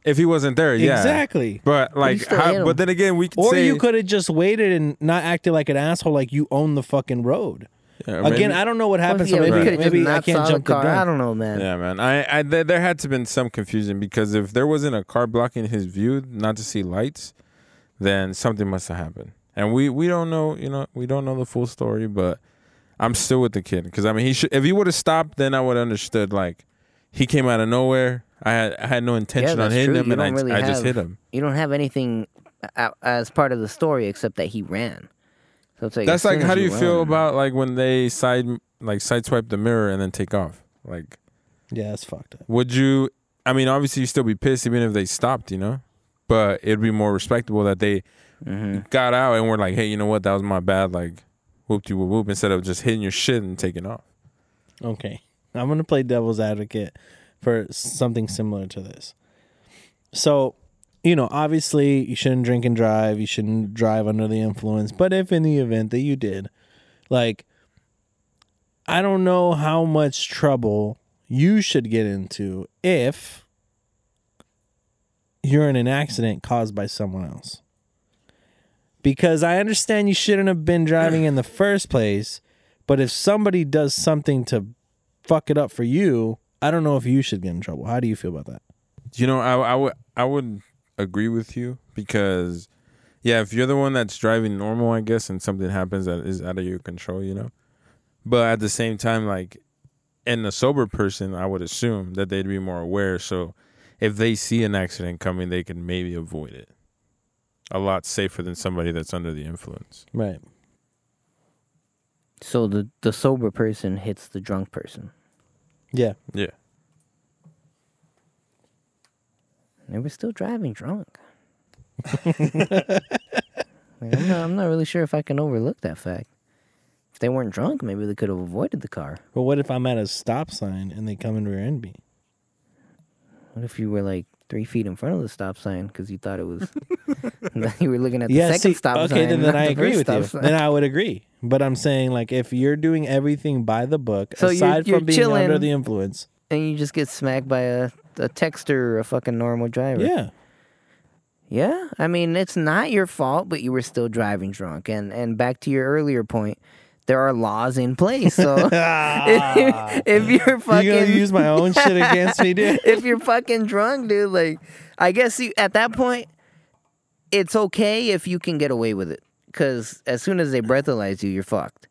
S2: If he wasn't there, yeah,
S1: exactly.
S2: But like,
S3: still hit
S2: how,
S3: him.
S2: but then again, we could
S1: Or
S2: say
S1: you could have just waited and not acted like an asshole, like you own the fucking road.
S2: Yeah,
S1: Again,
S2: maybe-
S1: I don't know what
S3: Well,
S1: happened,
S3: yeah,
S1: so
S3: we
S1: maybe
S3: could've just
S1: maybe I
S3: not saw
S1: can't
S3: the
S1: jump the
S3: car.
S1: gun.
S3: I don't know, man.
S2: Yeah, man. I, I th- there had to been some confusion because if there wasn't a car blocking his view, not to see lights, then something must have happened. And we we don't know, you know, we don't know the full story, but I'm still with the kid because I mean, he should. If he would have stopped, then I would have understood. Like he came out of nowhere. I had I had no intention on
S3: that's
S2: hitting
S3: true.
S2: him,
S3: You
S2: and I
S3: don't really
S2: I just hit
S3: have-
S2: him.
S3: You don't have anything a- as part of the story except that he ran. So it's like
S2: That's
S3: as soon
S2: like
S3: as
S2: how do you feel
S3: run-
S2: about like when they side like sideswipe the mirror and then take off? Like
S1: Yeah, that's fucked up.
S2: Would you? I mean, obviously, you still be pissed even if they stopped, you know. But it'd be more respectable that they got out and were like, "Hey, you know what? That was my bad." Like, whoop you whoop whoop instead of just hitting your shit and taking off.
S1: Okay. I'm going to play devil's advocate for something similar to this. So, you know, obviously you shouldn't drink and drive, you shouldn't drive under the influence, but if in the event that you did, like I don't know how much trouble you should get into if you're in an accident caused by someone else. Because I understand you shouldn't have been driving in the first place, but if somebody does something to fuck it up for you, I don't know if you should get in trouble. How do you feel about that?
S2: You know, I, I would I would agree with you because, yeah, if you're the one that's driving normal, I guess, and something happens that is out of your control, you know. But at the same time, like, and a sober person, I would assume that they'd be more aware. So, if they see an accident coming, they can maybe avoid it. A lot safer than somebody that's under the influence.
S1: Right.
S3: So the the sober person hits the drunk person.
S1: Yeah.
S2: Yeah.
S3: They were still driving drunk. Like, I'm, not, I'm not really sure if I can overlook that fact. If they weren't drunk, maybe they could have avoided the car.
S1: But what if I'm at a stop sign and they come and rear end me?
S3: What if you were like three feet in front of the stop sign because you thought it was you were looking at the
S1: yeah.
S3: second
S1: see,
S3: stop sign?
S1: okay. Then,
S3: not
S1: then I
S3: the
S1: agree
S3: first
S1: with you.
S3: stop sign.
S1: Then I would agree. But I'm saying like if you're doing everything by the book,
S3: So you're-
S1: aside
S3: you're
S1: from being
S3: chilling.
S1: under the influence,
S3: and you just get smacked by a, a texter or a fucking normal driver.
S1: yeah.
S3: Yeah. I mean, it's not your fault, but you were still driving drunk. And and back to your earlier point, there are laws in place. So if,
S2: Ah.
S3: you're, if you're fucking
S1: you gonna use my own shit against me, dude?
S3: if you're fucking drunk, dude, like I guess you at that point it's okay if you can get away with it cuz as soon as they breathalyze you, you're fucked.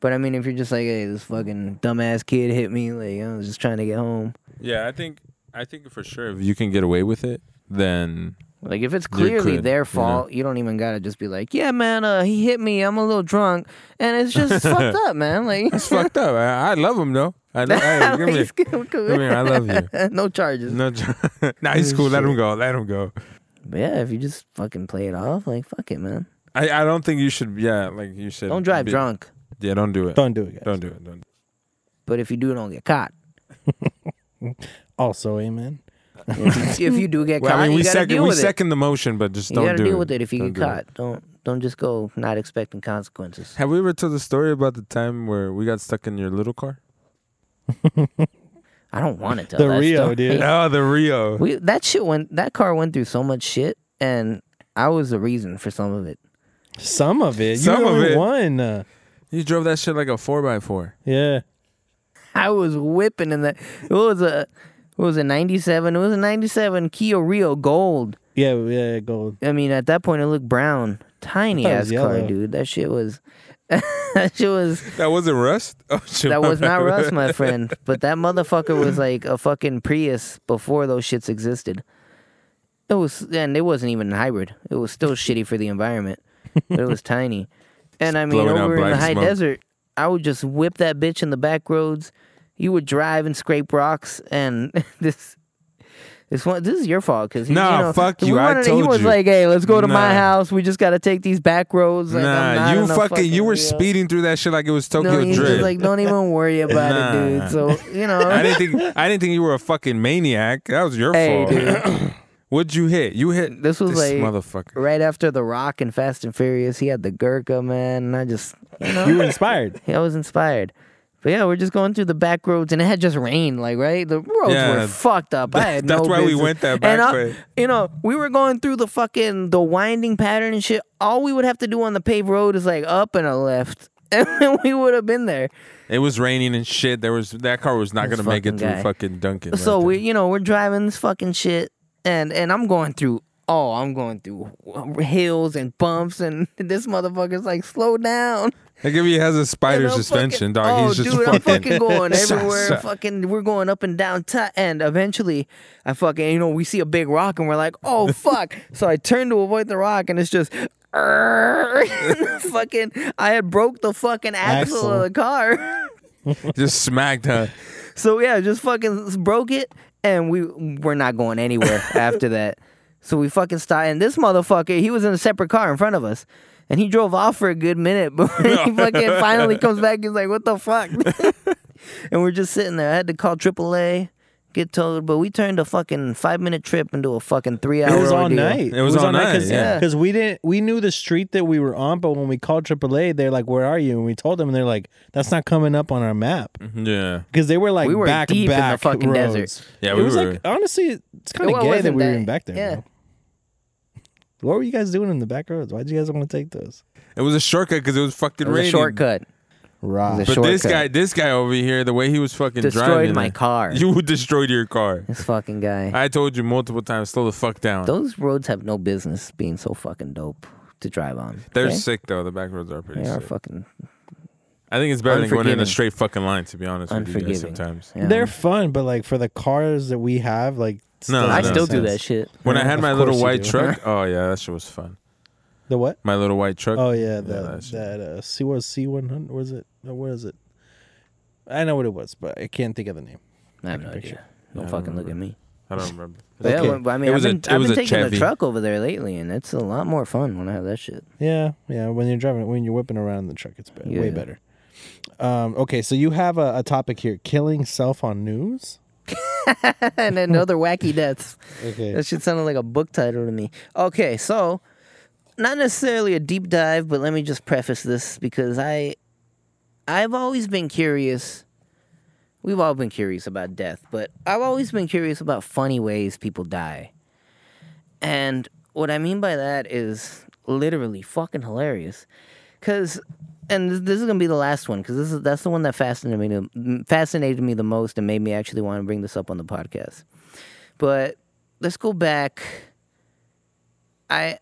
S3: But I mean, if you're just like, hey, this fucking dumbass kid hit me, like I was just trying to get home.
S2: Yeah, I think I think for sure if you can get away with it, then
S3: Like if it's
S2: They
S3: clearly
S2: could, you know?
S3: their fault, you don't even gotta just be like, "Yeah, man, uh, he hit me. I'm a little drunk, and it's just fucked up, man." Like,
S2: It's fucked up. I, I love him though. I, lo- hey, give me a-
S3: he's cool.
S2: come here, I love you.
S3: no charges.
S2: No, nah, he's cool. Let him go. Let him go.
S3: But yeah, if you just fucking play it off, like fuck it, man.
S2: I, I don't think you should. Yeah, like you should.
S3: Don't drive
S2: be-
S3: drunk.
S2: Yeah, don't do it.
S1: Don't do it, guys.
S2: Don't do it. Don't.
S3: But if you do, don't get caught.
S1: Also, amen.
S3: If you, if you do get
S2: Well,
S3: caught,
S2: I mean,
S3: you
S2: we
S3: gotta
S2: second
S3: deal
S2: we
S3: with
S2: second the motion, but just
S3: it.
S2: don't
S3: you gotta
S2: do
S3: deal
S2: it.
S3: with it if you
S2: Don't
S3: get
S2: do it.
S3: caught. Don't don't just go not expecting consequences.
S2: Have we ever told the story about the time where we got stuck in your little car?
S3: I don't want to tell
S1: The
S3: that
S1: Rio,
S3: story.
S1: dude.
S2: Oh, the Rio.
S3: We that shit went. That car went through so much shit, and I was the reason for some of it.
S1: Some of it. You
S2: Some of
S1: only
S2: it.
S1: One. Uh,
S2: you drove that shit like a four by four.
S1: yeah.
S3: I was whipping in that. It was a. It was a '97. It was a '97 Kia Rio Gold.
S1: Yeah. Yeah. Gold.
S3: I mean, at that point, it looked brown, tiny
S1: I thought it
S3: ass
S1: was
S3: car,
S1: yellow.
S3: dude. That shit was. that shit was.
S2: That wasn't rust. Oh shit.
S3: That
S2: my
S3: was
S2: bad.
S3: not Russ, my friend. But that motherfucker was like a fucking Prius before those shits existed. It was, and it wasn't even hybrid. It was still shitty for the environment, but it was tiny. And I mean,
S2: blowing out
S3: over in the
S2: black
S3: high
S2: smoke.
S3: desert, I would just whip that bitch in the back roads. You would drive and scrape rocks, and this. This one, this is your fault because
S2: Nah,
S3: you know,
S2: fuck
S3: we
S2: you, I
S3: wanted- He
S2: told
S3: was
S2: you.
S3: like, "Hey, let's go to my
S2: Nah.
S3: house. We just got to take these back roads." Like, I'm
S2: nah,
S3: not
S2: you
S3: in a
S2: fucking, you were
S3: Rio.
S2: speeding through that shit like it was Tokyo
S3: No, he's
S2: Drift.
S3: just like, don't even worry about it, dude. So you
S2: I
S3: know,
S2: didn't think I didn't think you were a fucking maniac. That was your
S3: Hey,
S2: fault. What'd you hit? You hit
S3: This was like-
S2: motherfucker.
S3: right after The Rock and Fast and Furious, he had the Gurkha man, and I just, you know,
S1: You were inspired.
S3: I was inspired. But yeah, we're just going through the back roads, and it had just rained, like right. The roads
S2: Yeah.
S3: were fucked up. I had
S2: That's
S3: no
S2: why we
S3: business.
S2: went that
S3: And
S2: back
S3: I-
S2: way.
S3: You know, we were going through the fucking the winding pattern and shit. All we would have to do on the paved road is like up and a left, and then we would have been there.
S2: It was raining and shit. There was that car was not
S3: This
S2: gonna make it
S3: fucking
S2: through
S3: guy.
S2: fucking Duncan.
S3: so
S2: right
S3: we you know we're driving this fucking shit and and i'm going through oh i'm going through hills and bumps and this motherfucker's like slow down
S2: there. Like if he has a
S3: And
S2: spider
S3: I'm
S2: suspension,
S3: fucking-
S2: dog,
S3: oh
S2: he's just
S3: dude i'm fucking going
S2: Shut
S3: everywhere
S2: up.
S3: fucking we're going up and down t- and eventually i fucking you know we see a big rock and we're like oh fuck so i turn to avoid the rock and it's just fucking i had broke the fucking axle
S1: Axle.
S3: of the car
S2: just smacked her.
S3: So yeah, just fucking broke it, and we we're not going anywhere after that. So we fucking stopped, and this motherfucker, he was in a separate car in front of us, and he drove off for a good minute, but he fucking finally comes back. He's like, "What the fuck?" and we're just sitting there. I had to call AAA, get towed, but we turned a fucking five minute trip into a fucking three hour.
S1: It was all night.
S2: It was all night, yeah.
S1: Because we didn't, we knew the street that we were on, but when we called AAA, they're like, "Where are you?" And we told them, and they're like, "That's not coming up on our map."
S2: Mm-hmm. Yeah.
S1: Because they were like
S3: We were
S1: back
S3: deep in the
S1: back
S3: fucking
S1: roads.
S3: desert.
S2: Yeah,
S1: it
S2: we
S1: was
S2: were-
S1: like honestly, it's kind
S3: It
S1: of gay that
S3: wasn't
S1: we were
S3: that-
S1: even back there.
S3: yeah.
S1: bro. What were you guys doing in the back roads? Why did you guys want to take those?
S2: It was a shortcut because it was fucking
S3: It was a
S2: raining.
S3: shortcut.
S1: Right.
S3: It was
S2: But
S3: a
S2: this
S3: shortcut.
S2: guy, this guy over here, the way he was fucking
S3: Destroyed
S2: driving,
S3: my
S2: like,
S3: car.
S2: You destroyed your car.
S3: This fucking guy.
S2: I told you multiple times, slow the fuck down.
S3: Those roads have no business being so fucking dope to drive on.
S2: They're
S3: okay?
S2: sick though. The back roads are pretty
S3: They are
S2: sick.
S3: fucking
S2: I think it's better than going in a
S3: Unforgiving.
S2: straight fucking line. To be honest with you guys,
S3: Unforgiving.
S2: sometimes.
S3: Yeah.
S1: They're fun, but like for the cars that we have, like
S2: No,
S3: I
S2: no,
S3: still
S2: no.
S3: do that shit.
S2: When I
S1: Yeah,
S2: had
S1: of
S2: my
S1: course
S2: little
S1: you
S2: white
S1: do.
S2: truck, oh yeah, that shit was fun.
S1: The what?
S2: My little white truck.
S1: Oh yeah, the,
S2: that's-
S1: that uh, C was C one hundred. Was it? uh, What is it? I know what it was, but I can't think of the name.
S3: I have no
S1: can picture
S3: idea. Don't fucking look at me.
S2: I don't remember.
S3: But
S1: Okay.
S3: Yeah, but I mean,
S2: It was a-
S3: I've
S2: it
S3: been, I've
S2: was
S3: been
S2: a
S3: taking
S2: Chevy.
S3: the truck over there lately, and it's a lot more fun when I have that shit.
S1: Yeah, yeah. When you're driving, when you're whipping around in the truck, it's better, way
S3: Yeah.
S1: better. Um, okay, so you have a, a topic here: killing self on news.
S3: and then other wacky deaths.
S1: Okay.
S3: That shit sounded like a book title to me. Okay, so not necessarily a deep dive, but let me just preface this because I I've always been curious. We've all been curious about death, but I've always been curious about funny ways people die. And what I mean by that is literally fucking hilarious. Cause and this, this is gonna be the last one because this is that's the one that fascinated me the- fascinated me the most and made me actually want to bring this up on the podcast. But let's go back. I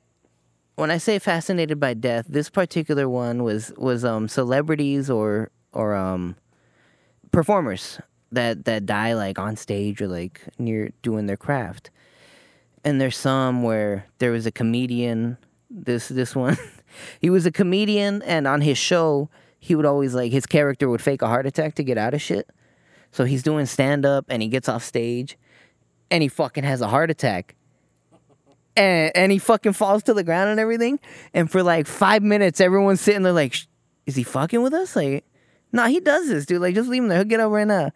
S3: when I say fascinated by death, this particular one was was um celebrities or or um performers that that die like on stage or like near doing their craft. and there's some where there was a comedian. This this one, he was a comedian, and on his show, he would always like his character would fake a heart attack to get out of shit. So he's doing stand up, and he gets off stage, and he fucking has a heart attack. And, and he fucking falls to the ground and everything. And for like five minutes, everyone's sitting there like, "Sh- is he fucking with us? Like, nah, he does this, dude. Like, just leave him there. He'll get up right now.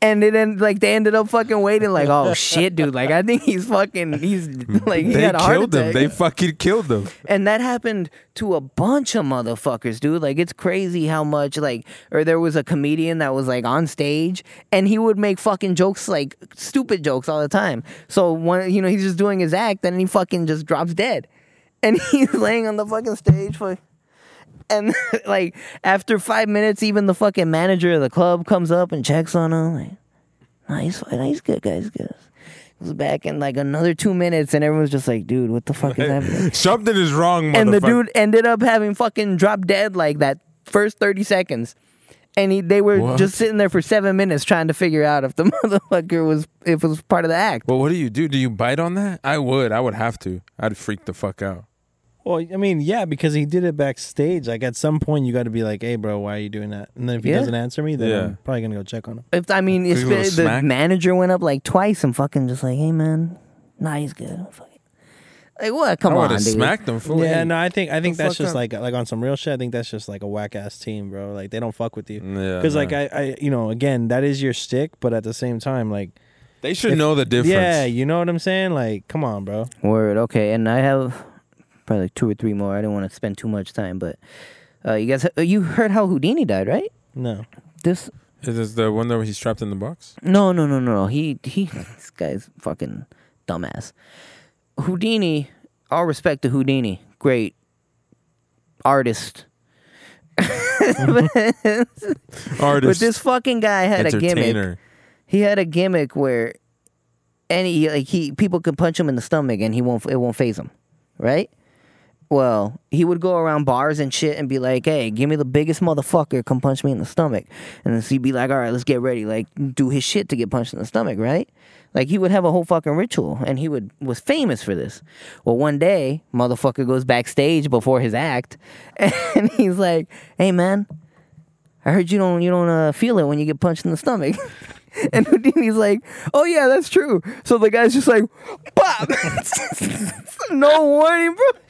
S3: And then like they ended up fucking waiting. Like, oh shit, dude. Like, I think he's fucking. He's like he
S2: they
S3: had a heart
S2: killed him.
S3: attack.
S2: They fucking killed him.
S3: And that happened to a bunch of motherfuckers, dude. Like it's crazy how much like or there was a comedian that was like on stage and he would make fucking jokes like stupid jokes all the time. So one you know, he's just doing his act and he fucking just drops dead. And he's laying on the fucking stage for and like after five minutes, even the fucking manager of the club comes up and checks on him. Like, nah, he's fine. Nah, he's good, guys. He's good. He's back in like another two minutes, and everyone's just like, "Dude, what the fuck is happening?"
S2: Something is wrong,
S3: and the
S2: motherfucker.
S3: dude ended up having fucking dropped dead like that first 30 seconds and he, they were
S2: What?
S3: just sitting there for seven minutes trying to figure out if the motherfucker was if it was part of the act
S2: But what do you do? Do you bite on that? I would. I would have to. I'd freak the fuck out.
S1: Well, I mean, yeah, because he did it backstage. Like at some point, you got to be like, "Hey, bro, why are you doing that?" And then if he
S3: Yeah.
S1: doesn't answer me, then
S2: Yeah.
S1: I'm probably gonna go check on him.
S3: if i mean
S2: Give
S3: it's,
S2: him a little
S3: the
S2: smack.
S3: manager went up like twice and fucking just like hey man nah he's good Fuck it. like what come
S2: I
S3: on
S2: would have
S3: dude.
S2: smacked him. Fool.
S1: Yeah, no, I think I think
S2: the
S1: that's
S2: fuck
S1: just
S2: up.
S1: like like on some real shit. I think that's just like a whack ass team, bro. Like they don't fuck with you.
S2: Yeah,
S1: Because like
S2: no.
S1: I, I, you know, again, that is your stick, but at the same time, like,
S2: they should know the difference.
S1: yeah, you know what I'm saying? Like, come on, bro.
S3: Word. Okay, and I have probably like two or three more. I don't want to spend too much time, but uh, you guys, you heard how Houdini died, right?
S1: No,
S3: This
S2: Is this the one that he's trapped in the box?
S3: no, no, no, no, no. He he. This guy's fucking dumbass. Houdini. All respect to Houdini. Great artist. But
S2: Artist,
S3: this fucking guy had a gimmick.
S2: entertainer.
S3: He had a gimmick where any like he people could punch him in the stomach and he won't it won't phase him, right? Well, he would go around bars and shit and be like, "Hey, give me the biggest motherfucker, come punch me in the stomach," and then he'd be like, "All right, let's get ready," like do his shit to get punched in the stomach, right? Like he would have a whole fucking ritual, and he would was famous for this. Well, one day, motherfucker goes backstage before his act, and he's like, "Hey, man, I heard you don't you don't uh, feel it when you get punched in the stomach. and Houdini's like, oh yeah, that's true. So the guy's just like, pop, no warning, bro.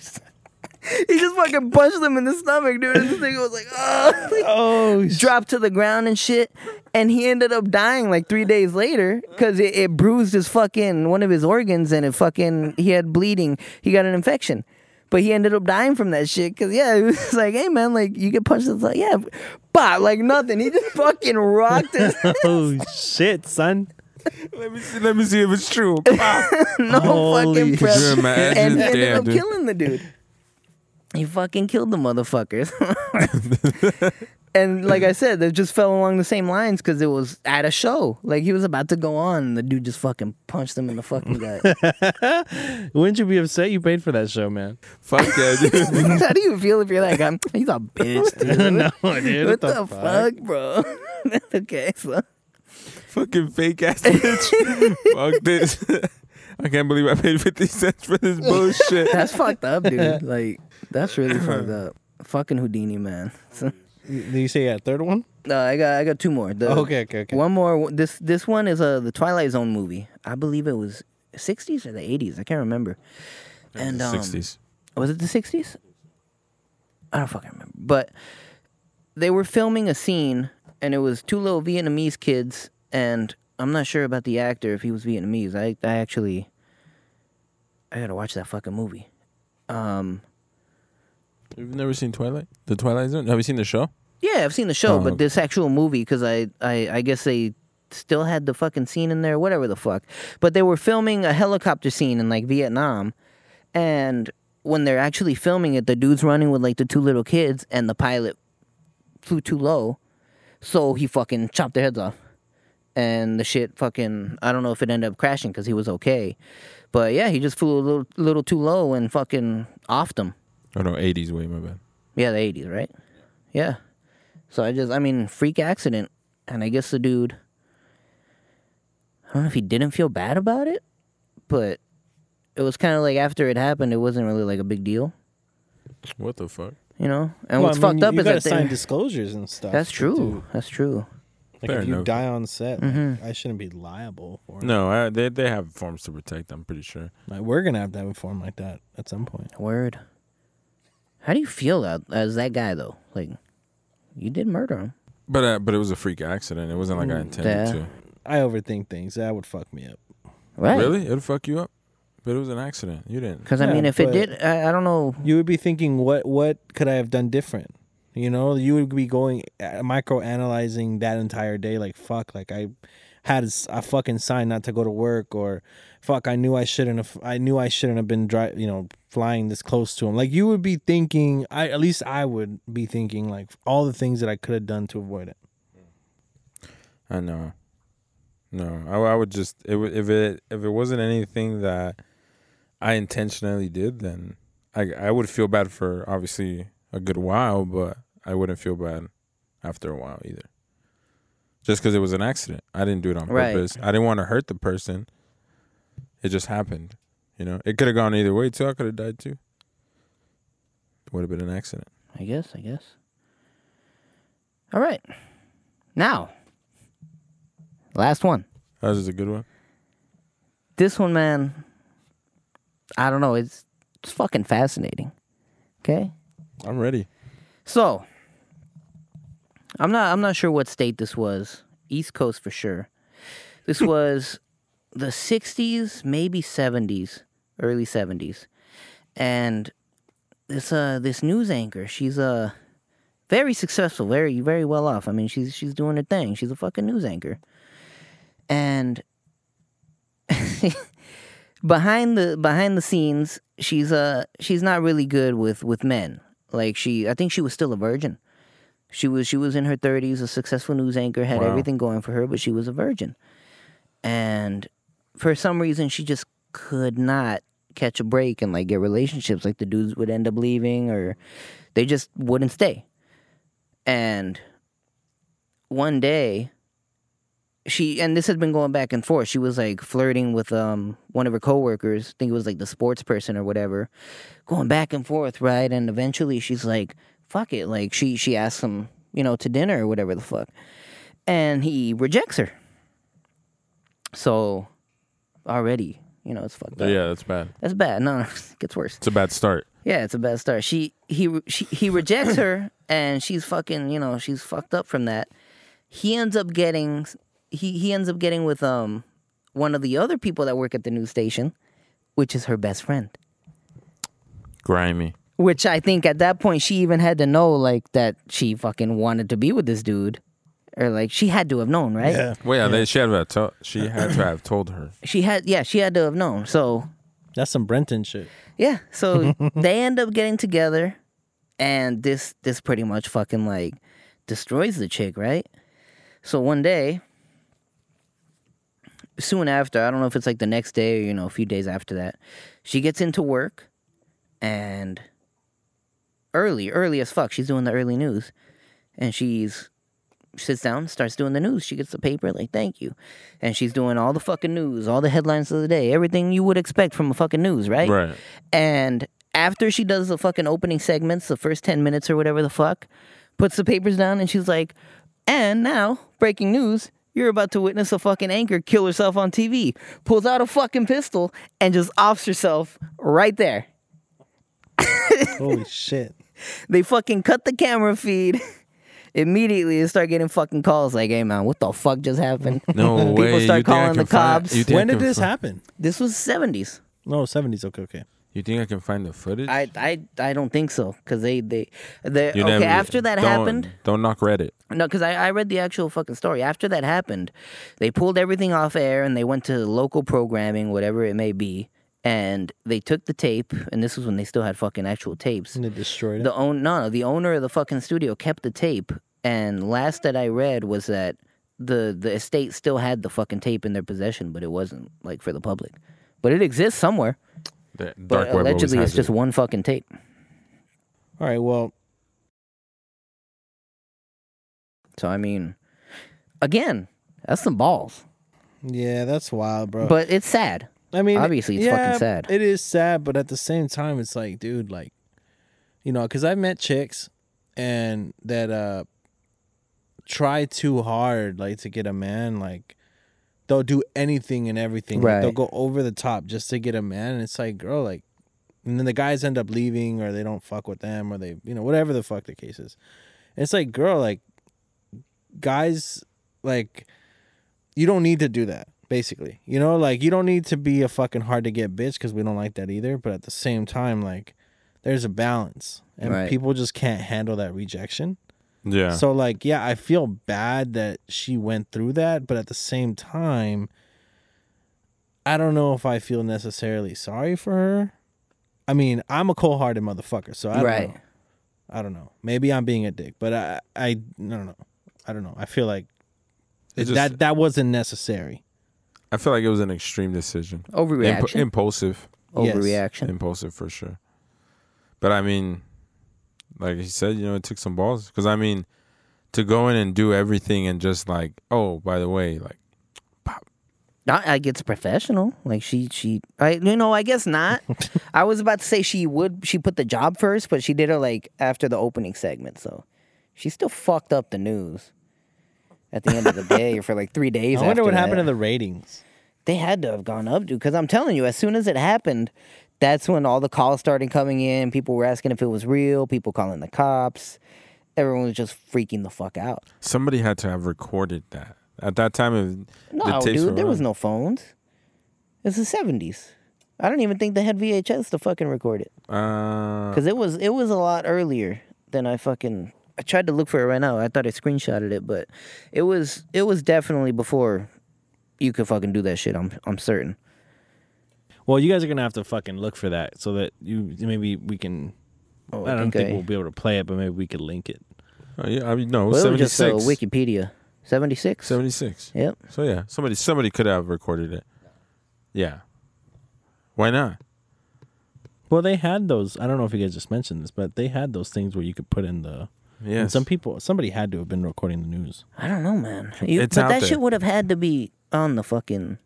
S3: He just fucking punched him in the stomach, dude. And this thing was like, oh, like,
S1: Oh, sh-
S3: dropped to the ground and shit. And he ended up dying like three days later because it, it bruised his fucking one of his organs and it fucking he had bleeding. He got an infection. But he ended up dying from that shit because yeah, it was like, hey man, like you get punched. It's like yeah, pop, like nothing. He just fucking rocked his
S1: oh shit, son.
S2: Let me see. Let me see if it's true. Pow.
S3: no
S1: Holy
S3: fucking
S1: shit.
S2: Could
S3: pressure.
S2: you imagine?
S3: And he ended
S2: Damn,
S3: up
S2: dude.
S3: killing the dude. He fucking killed the motherfuckers. and like I said, they just fell along the same lines because it was at a show. Like he was about to go on, and the dude just fucking punched him in the fucking gut.
S1: Wouldn't you be upset? You paid for that show, man.
S2: Fuck yeah, dude.
S3: How do you feel if you're like, I'm, he's a bitch, dude?
S1: no, dude.
S3: What the, fuck? bro? okay, so
S2: Fucking fake ass bitch. Fuck this. I can't believe I paid fifty cents for this bullshit.
S3: that's fucked up, dude. Like that's really fucked up. Fucking Houdini, man. So,
S1: Did you say you had a third one? Oh,
S3: no, I got I got two more. The-
S1: Okay, okay, okay.
S3: One more. This this one is uh, the Twilight Zone movie. I believe it was 60s or the 80s. I can't remember. And um,
S2: Sixties.
S3: was it the 60s? I don't fucking remember. But they were filming a scene, and it was two little Vietnamese kids, and I'm not sure about the actor if he was Vietnamese. I I actually I gotta watch that fucking movie. Um,
S2: You've never seen Twilight? The Twilight Zone? Have you seen the show?
S3: yeah, I've seen the show,
S2: Oh,
S3: but
S2: okay.
S3: this actual movie because I, I I guess they still had the fucking scene in there, whatever the fuck. But they were filming a helicopter scene in like Vietnam, and when they're actually filming it, the dude's running with like the two little kids, and the pilot flew too low, so he fucking chopped their heads off. And the shit fucking I don't know if it ended up crashing because he was okay, but yeah, he just flew a little little too low and fucking offed them.
S2: Oh no, eighties. Wait, my bad.
S3: Yeah, the eighties, right? Yeah. So I just I mean, freak accident. And I guess the dude I don't know if he didn't feel bad about it, but it was kind of like after it happened, it wasn't really like a big deal,
S2: What the fuck?
S3: you know. And
S1: Well,
S3: what's
S1: I mean,
S3: fucked up
S1: you
S3: is
S1: gotta
S3: that they-
S1: sign disclosures and stuff.
S3: that's
S1: to
S3: true. Mm-hmm.
S1: do.
S3: That's true.
S1: Like
S2: Fair
S1: if you
S2: enough.
S1: die on set, like, I shouldn't be liable for it.
S2: No, I, they they have forms to protect. I'm pretty sure.
S1: Like, we're gonna have to have a form like that at some point.
S3: Word. How do you feel that as that guy though? Like, you did murder him.
S2: But uh, but it was a freak accident. It wasn't like I intended
S3: yeah.
S2: to.
S1: I overthink things. That would fuck me up.
S3: Right.
S2: Really? It'll fuck you up. But it was an accident. You didn't.
S3: Because, I
S1: Yeah,
S3: mean, if
S1: but-
S3: it did, I, I don't know.
S1: You would be thinking, what what could I have done different? You know, you would be going uh, micro analyzing that entire day. Like fuck, like I had a s- a fucking sign not to go to work, or fuck, I knew I shouldn't have. I knew I shouldn't have been dri- You know, flying this close to him. Like you would be thinking. I at least I would be thinking like all the things that I could have done to avoid it.
S2: I know. No, I, I would just it, wa- if it if it wasn't anything that I intentionally did, then I I would feel bad for obviously a good while, but I wouldn't feel bad after a while either. Just because it was an accident, I didn't do it on
S3: Right.
S2: purpose. I didn't want to hurt the person. It just happened, you know. It could have gone either way too. I could have died too. It would have been an accident.
S3: I guess, I guess. All right. Now, last one.
S2: That was a good one.
S3: This one, man, I don't know. It's, it's fucking fascinating. Okay.
S2: I'm ready.
S3: So, I'm not I'm not sure what state this was. East Coast for sure. This was the 60s, maybe 70s, early 70s. And this uh this news anchor, she's uh very successful, very very well off. I mean, she's she's doing her thing. She's a fucking news anchor. And behind the behind the scenes, she's uh she's not really good with with men. Like she, I think she was still a virgin. She was she was in her thirties, a successful news anchor, had
S2: Wow.
S3: everything going for her, but she was a virgin. And for some reason, she just could not catch a break and like get relationships. Like the dudes would end up leaving, or they just wouldn't stay. And one day, she and this had been going back and forth. She was like flirting with um one of her coworkers. I think it was like the sports person or whatever, going back and forth, right? And eventually she's like, "Fuck it!" Like she she asks him, you know, to dinner or whatever the fuck, and he rejects her. So already, you know, it's fucked up.
S2: Yeah, that's bad.
S3: That's bad. No, it gets worse.
S2: It's a bad start.
S3: Yeah, it's a bad start. She he she, he rejects her, and she's fucking. You know, she's fucked up from that. He ends up getting he he ends up getting with um one of the other people that work at the news station, which is her best friend.
S2: Grimy.
S3: Which I think at that point she even had to know like that she fucking wanted to be with this dude, or like she had to have known, right?
S2: Well, yeah, They, she had to have told. She had to have told her.
S3: She had yeah she had to have known. So
S1: That's some Brenton shit.
S3: Yeah. So they end up getting together and this this pretty much fucking like destroys the chick, right? So one day soon after, I don't know if it's like the next day or you know, a few days after that, she gets into work and early, early as fuck, she's doing the early news. And she's sits down, starts doing the news. She gets the paper, like, thank you. And she's doing all the fucking news, all the headlines of the day, everything you would expect from a fucking news, right?
S2: Right.
S3: And after she does the fucking opening segments, the first 10 minutes or whatever the fuck, puts the papers down and she's like, and now, breaking news, you're about to witness a fucking anchor kill herself on TV. Pulls out a fucking pistol and just offs herself right there.
S1: Holy shit.
S3: They fucking cut the camera feed. Immediately and start getting fucking calls like, hey man, what the fuck just happened?
S2: No way.
S3: People start
S2: You think I
S3: calling the
S2: can find-
S3: cops.
S2: you think I
S1: When did
S2: can
S1: this
S2: fi-
S1: happen?
S3: This was 70s.
S1: No, seventies. Okay, okay.
S2: You think I can find the footage?
S3: I I, I don't think so. Cause they, they, they
S2: You
S3: okay,
S2: never-
S3: after that
S2: don't-
S3: happened.
S2: Don't knock Reddit.
S3: No, because I, I read the actual fucking story. After that happened, they pulled everything off air and they went to local programming, whatever it may be, and they took the tape. And this was when they still had fucking actual tapes.
S1: And it destroyed it.
S3: The own no, no, the owner of the fucking studio kept the tape. And last that I read was that the the estate still had the fucking tape in their possession, but it wasn't like for the public. But it exists somewhere.
S2: The
S3: But
S2: dark web always
S3: allegedly,
S2: has
S3: it's just
S2: it.
S3: one fucking tape.
S1: all right. Well,
S3: So I mean, again, that's some balls.
S1: yeah, that's wild, bro.
S3: But it's sad.
S1: I mean,
S3: Obviously, it's fucking sad.
S1: It is sad, but at the same time, it's like, dude, like, you know, because I've met chicks and that uh try too hard, like, to get a man. Like, they'll do anything and everything. Like, they'll
S3: Right.
S1: go over the top just to get a man. And it's like, girl, like, and then the guys end up leaving or they don't fuck with them or they, you know, whatever the fuck the case is. And it's like, girl, like, guys, like, you don't need to do that basically you know like you don't need to be a fucking hard to get bitch because we don't like that either but at the same time like there's a balance and
S3: Right.
S1: people just can't handle that rejection
S2: Yeah.
S1: so like yeah i feel bad that she went through that but at the same time i don't know if i feel necessarily sorry for her i mean i'm a cold-hearted motherfucker so i don't
S3: Right.
S1: know i don't know maybe i'm being a dick but i i don't know i don't know i feel like
S2: It just-
S1: that that wasn't necessary
S2: I feel like it was an extreme decision. Imp-
S3: Overreaction.
S2: impulsive.
S1: Yes.
S3: Overreaction.
S2: Impulsive for sure. But I mean, like he said, you know, it took some balls. Because I mean, to go in and do everything and just like, oh, by the way, like,
S3: Not like it's professional. Like she, she, I, you know, I guess not. I was about to say she would, she put the job first, but she did it like after the opening segment. So she still fucked up the news at the end of the day for like three days.
S1: I wonder
S3: after
S1: what happened
S3: that.
S1: to the ratings.
S3: they had to have gone up, dude. Because I'm telling you, as soon as it happened, that's when all the calls started coming in. People were asking if it was real. People calling the cops. Everyone was just freaking the fuck out.
S2: somebody had to have recorded that. At that time, it,
S3: No,
S2: the tapes were
S3: dude, there was
S2: on.
S3: no phones. It's the '70s. I don't even think they had VHS to fucking record it
S2: Uh,
S3: because it was it was a lot earlier than I fucking. I tried to look for it right now. I thought I screenshotted it, but it was it was definitely before you could fucking do that shit. I'm I'm certain.
S1: Well, you guys are gonna have to fucking look for that so that you maybe we can.
S3: Oh,
S1: I don't think we'll be able to play it, but maybe we could link it.
S2: oh, yeah, I mean, no, it was
S3: Well, it was
S2: 76.
S3: just uh, Wikipedia. 76?
S2: 76.
S3: Yep.
S2: So yeah, somebody somebody could have recorded it. Yeah. Why not?
S1: Well, they had those. I don't know if you guys just mentioned this, but they had those things where you could put in the.
S2: Yeah.
S1: and Some people, somebody had to have been recording the news.
S3: I don't know, man. You,
S2: It's
S3: but
S2: out
S3: that
S2: there.
S3: shit would have had to be on the fucking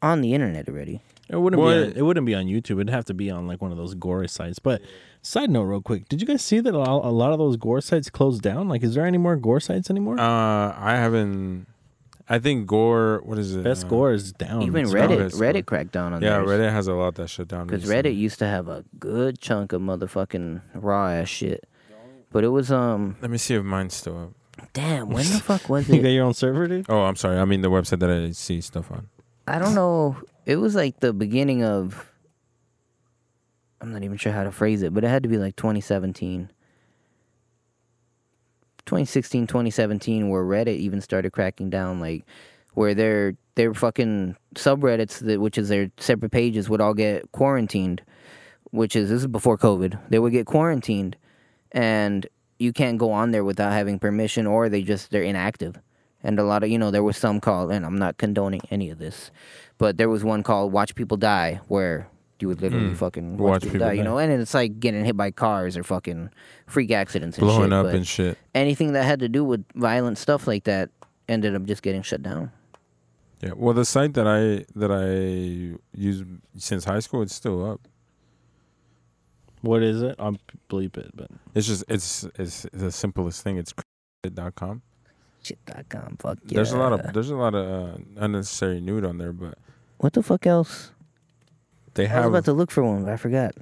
S3: on the internet already.
S1: It wouldn't
S2: Well,
S1: be. On, it wouldn't be on YouTube. It'd have to be on like one of those gore sites. But side note, real quick, did you guys see that a lot, a lot of those gore sites closed down? Like, is there any more gore sites anymore?
S2: Uh, I haven't. I think Gore. What is it?
S1: Best
S2: Uh,
S1: gore is down.
S3: Even
S1: It's
S3: Reddit,
S1: gone.
S2: it's-
S3: Reddit cracked down on
S2: Yeah,
S3: theirs.
S2: Reddit has a lot that shut down.
S3: Because
S2: recently.
S3: Reddit used to have a good chunk of motherfucking raw ass shit. But it was um
S2: Let me see if mine's still up.
S3: damn, when the fuck was
S1: You got
S3: it?
S1: your own server, dude.
S2: Oh, I'm sorry. I mean the website that I see stuff on.
S3: I don't know. It was like the beginning of I'm not even sure how to phrase it, but it had to be like 2017. 2016, 2017 where Reddit even started cracking down like where their their fucking subreddits that which is their separate pages would all get quarantined, which is this is before COVID. They would get quarantined and you can't go on there without having permission or they just they're inactive. And a lot of you know there was some call and I'm not condoning any of this, but there was one called Watch People Die where you would literally fucking watch, people, die, you know, and it's like getting hit by cars or fucking freak accidents and
S2: Blowing
S3: shit,
S2: up
S3: but-
S2: and shit.
S3: anything that had to do with violent stuff like that ended up just getting shut down.
S2: Yeah. Well, the site that I that I use since high school, it's still up.
S1: What is it? I'll bleep it, but
S2: It's just it's it's the simplest thing. It's com.
S3: Shit.com. Fuck yeah.
S2: There's a lot of there's a lot of uh, unnecessary nude on there, but
S3: What the fuck else?
S2: they
S3: I was
S2: have
S3: about to look for one, but I forgot.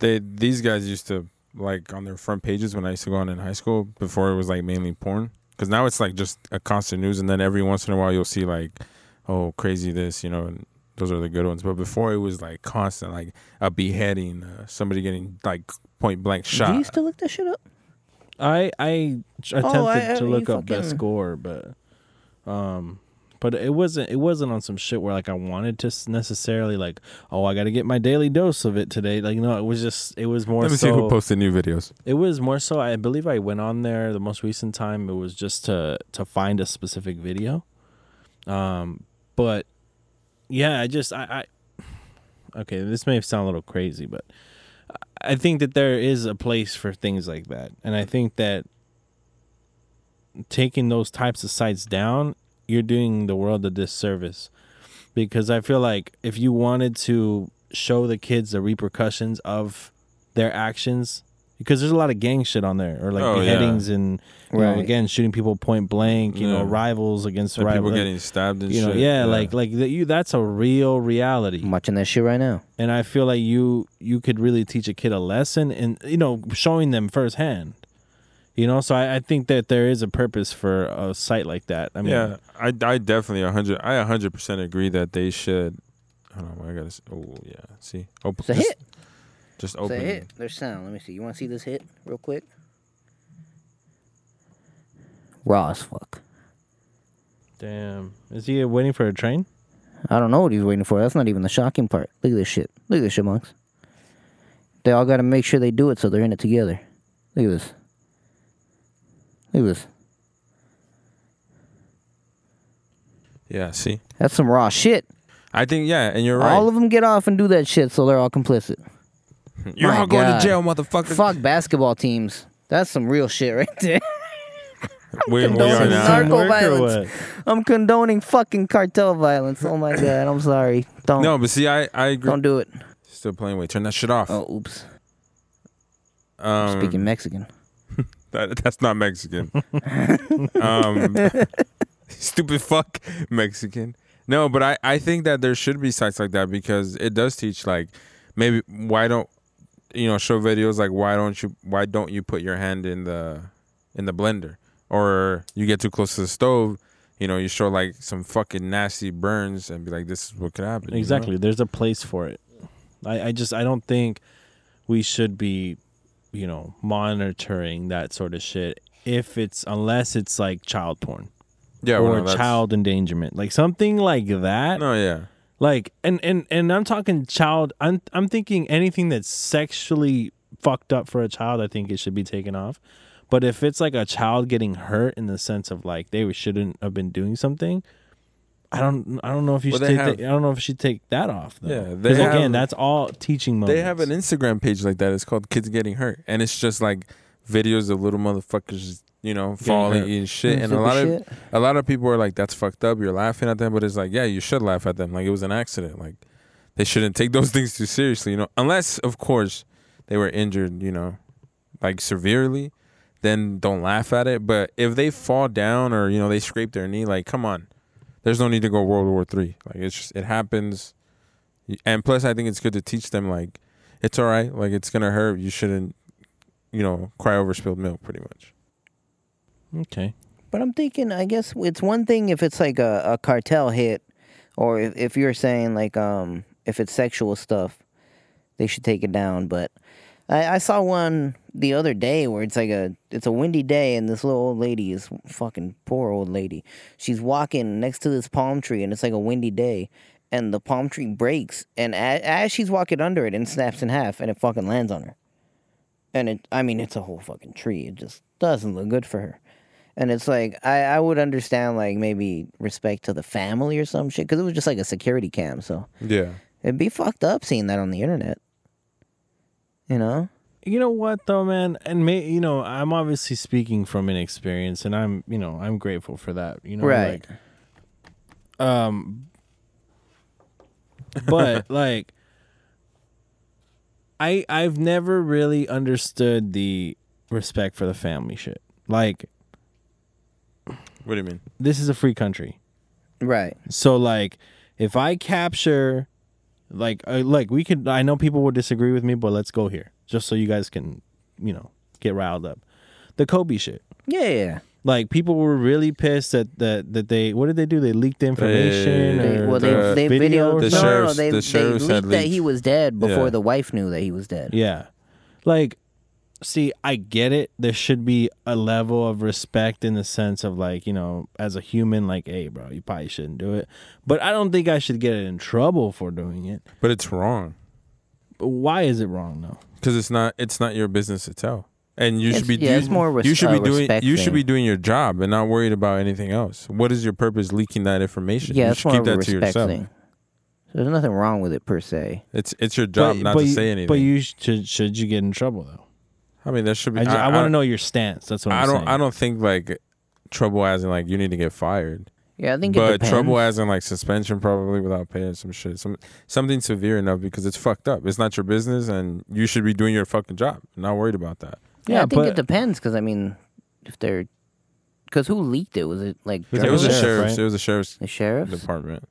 S2: they these guys used to like on their front pages when I used to go on in high school before it was like mainly porn because now it's like just a constant news and then every once in a while you'll see like oh crazy this you know and those are the good ones but before it was like constant like a beheading uh, somebody getting like point blank
S3: Do you
S2: shot
S3: used to look that shit up?
S1: I I tr- attempted
S3: Oh, I- I-
S1: to
S3: you
S1: look up best
S3: fucking-
S1: score, but um, but it wasn't it wasn't on some shit where like I wanted to s- necessarily like oh I got to get my daily dose of it today. Like no, it was just it was more
S2: let me see who
S1: so
S2: posted new videos
S1: it was more so I believe I went on there the most recent time it was just to to find a specific video. Um, but yeah, I just I, I okay, this may sound a little crazy, but I- I think that there is a place for things like that, and I think that taking those types of sites down, you're doing the world a disservice because I feel like if you wanted to show the kids the repercussions of their actions, because there's a lot of gang shit on there, or like
S2: Oh, yeah.
S1: beheadings and you know,
S3: Right.
S1: again shooting people point blank, you know,
S2: Yeah.
S1: rivals against
S2: Like
S1: rivals,
S2: people getting stabbed and
S1: you know,
S2: shit.
S1: yeah, like like that you that's a real reality,
S3: I'm watching that shit right now.
S1: and I feel like you you could really teach a kid a lesson, and you know, showing them firsthand. You know, so I, I think that there is a purpose for a site like that. I mean,
S2: yeah. I, I definitely a hundred. I a hundred percent agree that they should. Hold on, I gotta. s- Oh yeah, see, open.
S3: It's a
S2: just,
S3: hit.
S2: Just
S3: It's a
S2: open.
S3: hit. There's sound. Let me see. You want to see this hit real quick? Raw as fuck.
S1: damn, is he waiting for a train?
S3: I don't know what he's waiting for. That's not even the shocking part. Look at this shit. Look at this shit, monks. They all got to make sure they do it so they're in it together. Look at this. Look at this.
S2: Yeah, see.
S3: That's some raw shit.
S2: I think yeah, and you're right.
S3: All of them get off and do that shit, so they're all complicit.
S2: you're
S3: my
S2: all going
S3: God.
S2: to jail, motherfucker.
S3: Fuck basketball teams. That's some real shit right there.
S2: We, we
S3: Condolences
S2: are now.
S3: Sorry, Narco
S1: Teamwork or
S3: violence.
S1: what?
S3: I'm condoning fucking cartel violence. Oh my god, I'm sorry. Don't
S2: No, but see, I I agree.
S3: don't do it.
S2: Still playing. Wait, turn that shit off.
S3: Oh, oops.
S2: um,
S3: Speaking Mexican.
S2: That, that's not Mexican. um, stupid fuck Mexican. No, but I, I think that there should be sites like that because it does teach like maybe why don't you know show videos like why don't you why don't you put your hand in the in the blender or you get too close to the stove you know you show like some fucking nasty burns and be like this is what could happen you know?
S1: Exactly. There's a place for it. I, I just I don't think we should be, you know, monitoring that sort of shit if it's unless it's like child porn
S2: yeah well,
S1: or
S2: no, that's-
S1: child endangerment. Like something like that.
S2: no yeah
S1: Like and and and I'm talking child I'm I'm thinking anything that's sexually fucked up for a child, I think it should be taken off. But if it's like a child getting hurt in the sense of like they shouldn't have been doing something, I don't I don't know if you
S2: Well,
S1: should
S2: they
S1: take
S2: have-
S1: that, I don't know if you should take that off though.
S2: Yeah, they
S1: 'Cause again,
S2: have-
S1: that's all teaching moments.
S2: They have an Instagram page like that. It's called Kids Getting Hurt, and it's just like videos of little motherfuckers, you know, falling
S1: hurt.
S2: and shit.
S3: Doing
S2: And a
S3: stupid
S2: lot of
S3: shit.
S2: a lot of people are like, "That's fucked up." You're laughing at them, but it's like, yeah, you should laugh at them. Like it was an accident. Like they shouldn't take those things too seriously, you know. Unless, of course, they were injured, you know, like severely. Then don't laugh at it. But if they fall down or you know they scrape their knee, like come on, there's no need to go World War Three. Like it's just it happens. And plus, I think it's good to teach them like it's all right. Like it's gonna hurt. You shouldn't, you know, cry over spilled milk. Pretty much.
S1: okay.
S3: But I'm thinking, I guess it's one thing if it's like a, a cartel hit, or if, if you're saying like um if it's sexual stuff, they should take it down. But I, I saw one the other day where it's like a it's a windy day and this little old lady is fucking poor old lady. She's walking next to this palm tree and it's like a windy day. And the palm tree breaks, and a- as she's walking under it, and snaps in half, and it fucking lands on her. And it, I mean, it's a whole fucking tree. It just doesn't look good for her. And it's like I, I would understand like maybe respect to the family or some shit because it was just like a security cam, so
S2: Yeah.
S3: it'd be fucked up seeing that on the internet. You know,
S1: you know what though man and may you know i'm obviously speaking from inexperience and i'm you know i'm grateful for that you know
S3: Right.
S1: like, um but like i i've never really understood the respect for the family shit like
S2: What do you mean?
S1: this is a free country
S3: right?
S1: so like, if I capture, like, uh, like we could. I know people will disagree with me, but let's go here just so you guys can, you know, get riled up. The Kobe shit.
S3: Yeah, yeah.
S1: Like people were really pissed that that that they what did they do? They leaked the information.
S2: They-
S3: They,
S1: or
S3: well, they
S2: the
S3: they
S1: video or
S2: The
S3: videoed. no,
S1: something?
S3: no, no,
S2: sheriff's-
S3: they
S2: the
S3: they
S2: sheriff's
S3: leaked
S2: had
S3: that he
S2: leaked.
S3: was dead before
S2: Yeah.
S3: the wife knew that he was dead.
S1: Yeah. Like, see, I get it. There should be a level of respect in the sense of, like, you know, as a human, like, hey, bro, you probably shouldn't do it. But I don't think I should get in trouble for doing it.
S2: But it's wrong
S1: But why is it wrong, though?
S2: because it's not. It's not your business to tell. And you
S3: It's-
S2: should be.
S3: yeah,
S2: you,
S3: it's more res-
S2: you should be
S3: uh,
S2: doing.
S3: respect
S2: You should
S3: thing.
S2: be doing your job and not worried about anything else. What is your purpose leaking that information?
S3: yeah.
S2: you
S3: It's
S2: should
S3: more
S2: keep
S3: of a
S2: that to
S3: respect
S2: yourself.
S3: thing. There's nothing wrong with it per se.
S2: It's it's your job not to
S1: you-
S2: say anything.
S1: But you should should you get in trouble though?
S2: I mean, there should be.
S1: I, just, I,
S2: I
S1: want to
S2: don't-
S1: know your stance. That's what I'm
S2: I don't.
S1: saying.
S2: I don't think like trouble as in like you need to get fired.
S3: Yeah, I think it
S2: but
S3: depends.
S2: trouble as in like suspension probably without pay or some shit. Some something severe enough because it's fucked up. It's not your business and you should be doing your fucking job. Not worried about that.
S3: Yeah, I
S1: Yeah,
S3: think
S1: but-
S3: it depends because I mean, if they're, because who leaked it? Was it like
S1: It
S2: It was a
S1: Sheriff,
S2: sheriff's
S1: right?
S2: it was a sheriff's
S3: the sheriff?
S2: department.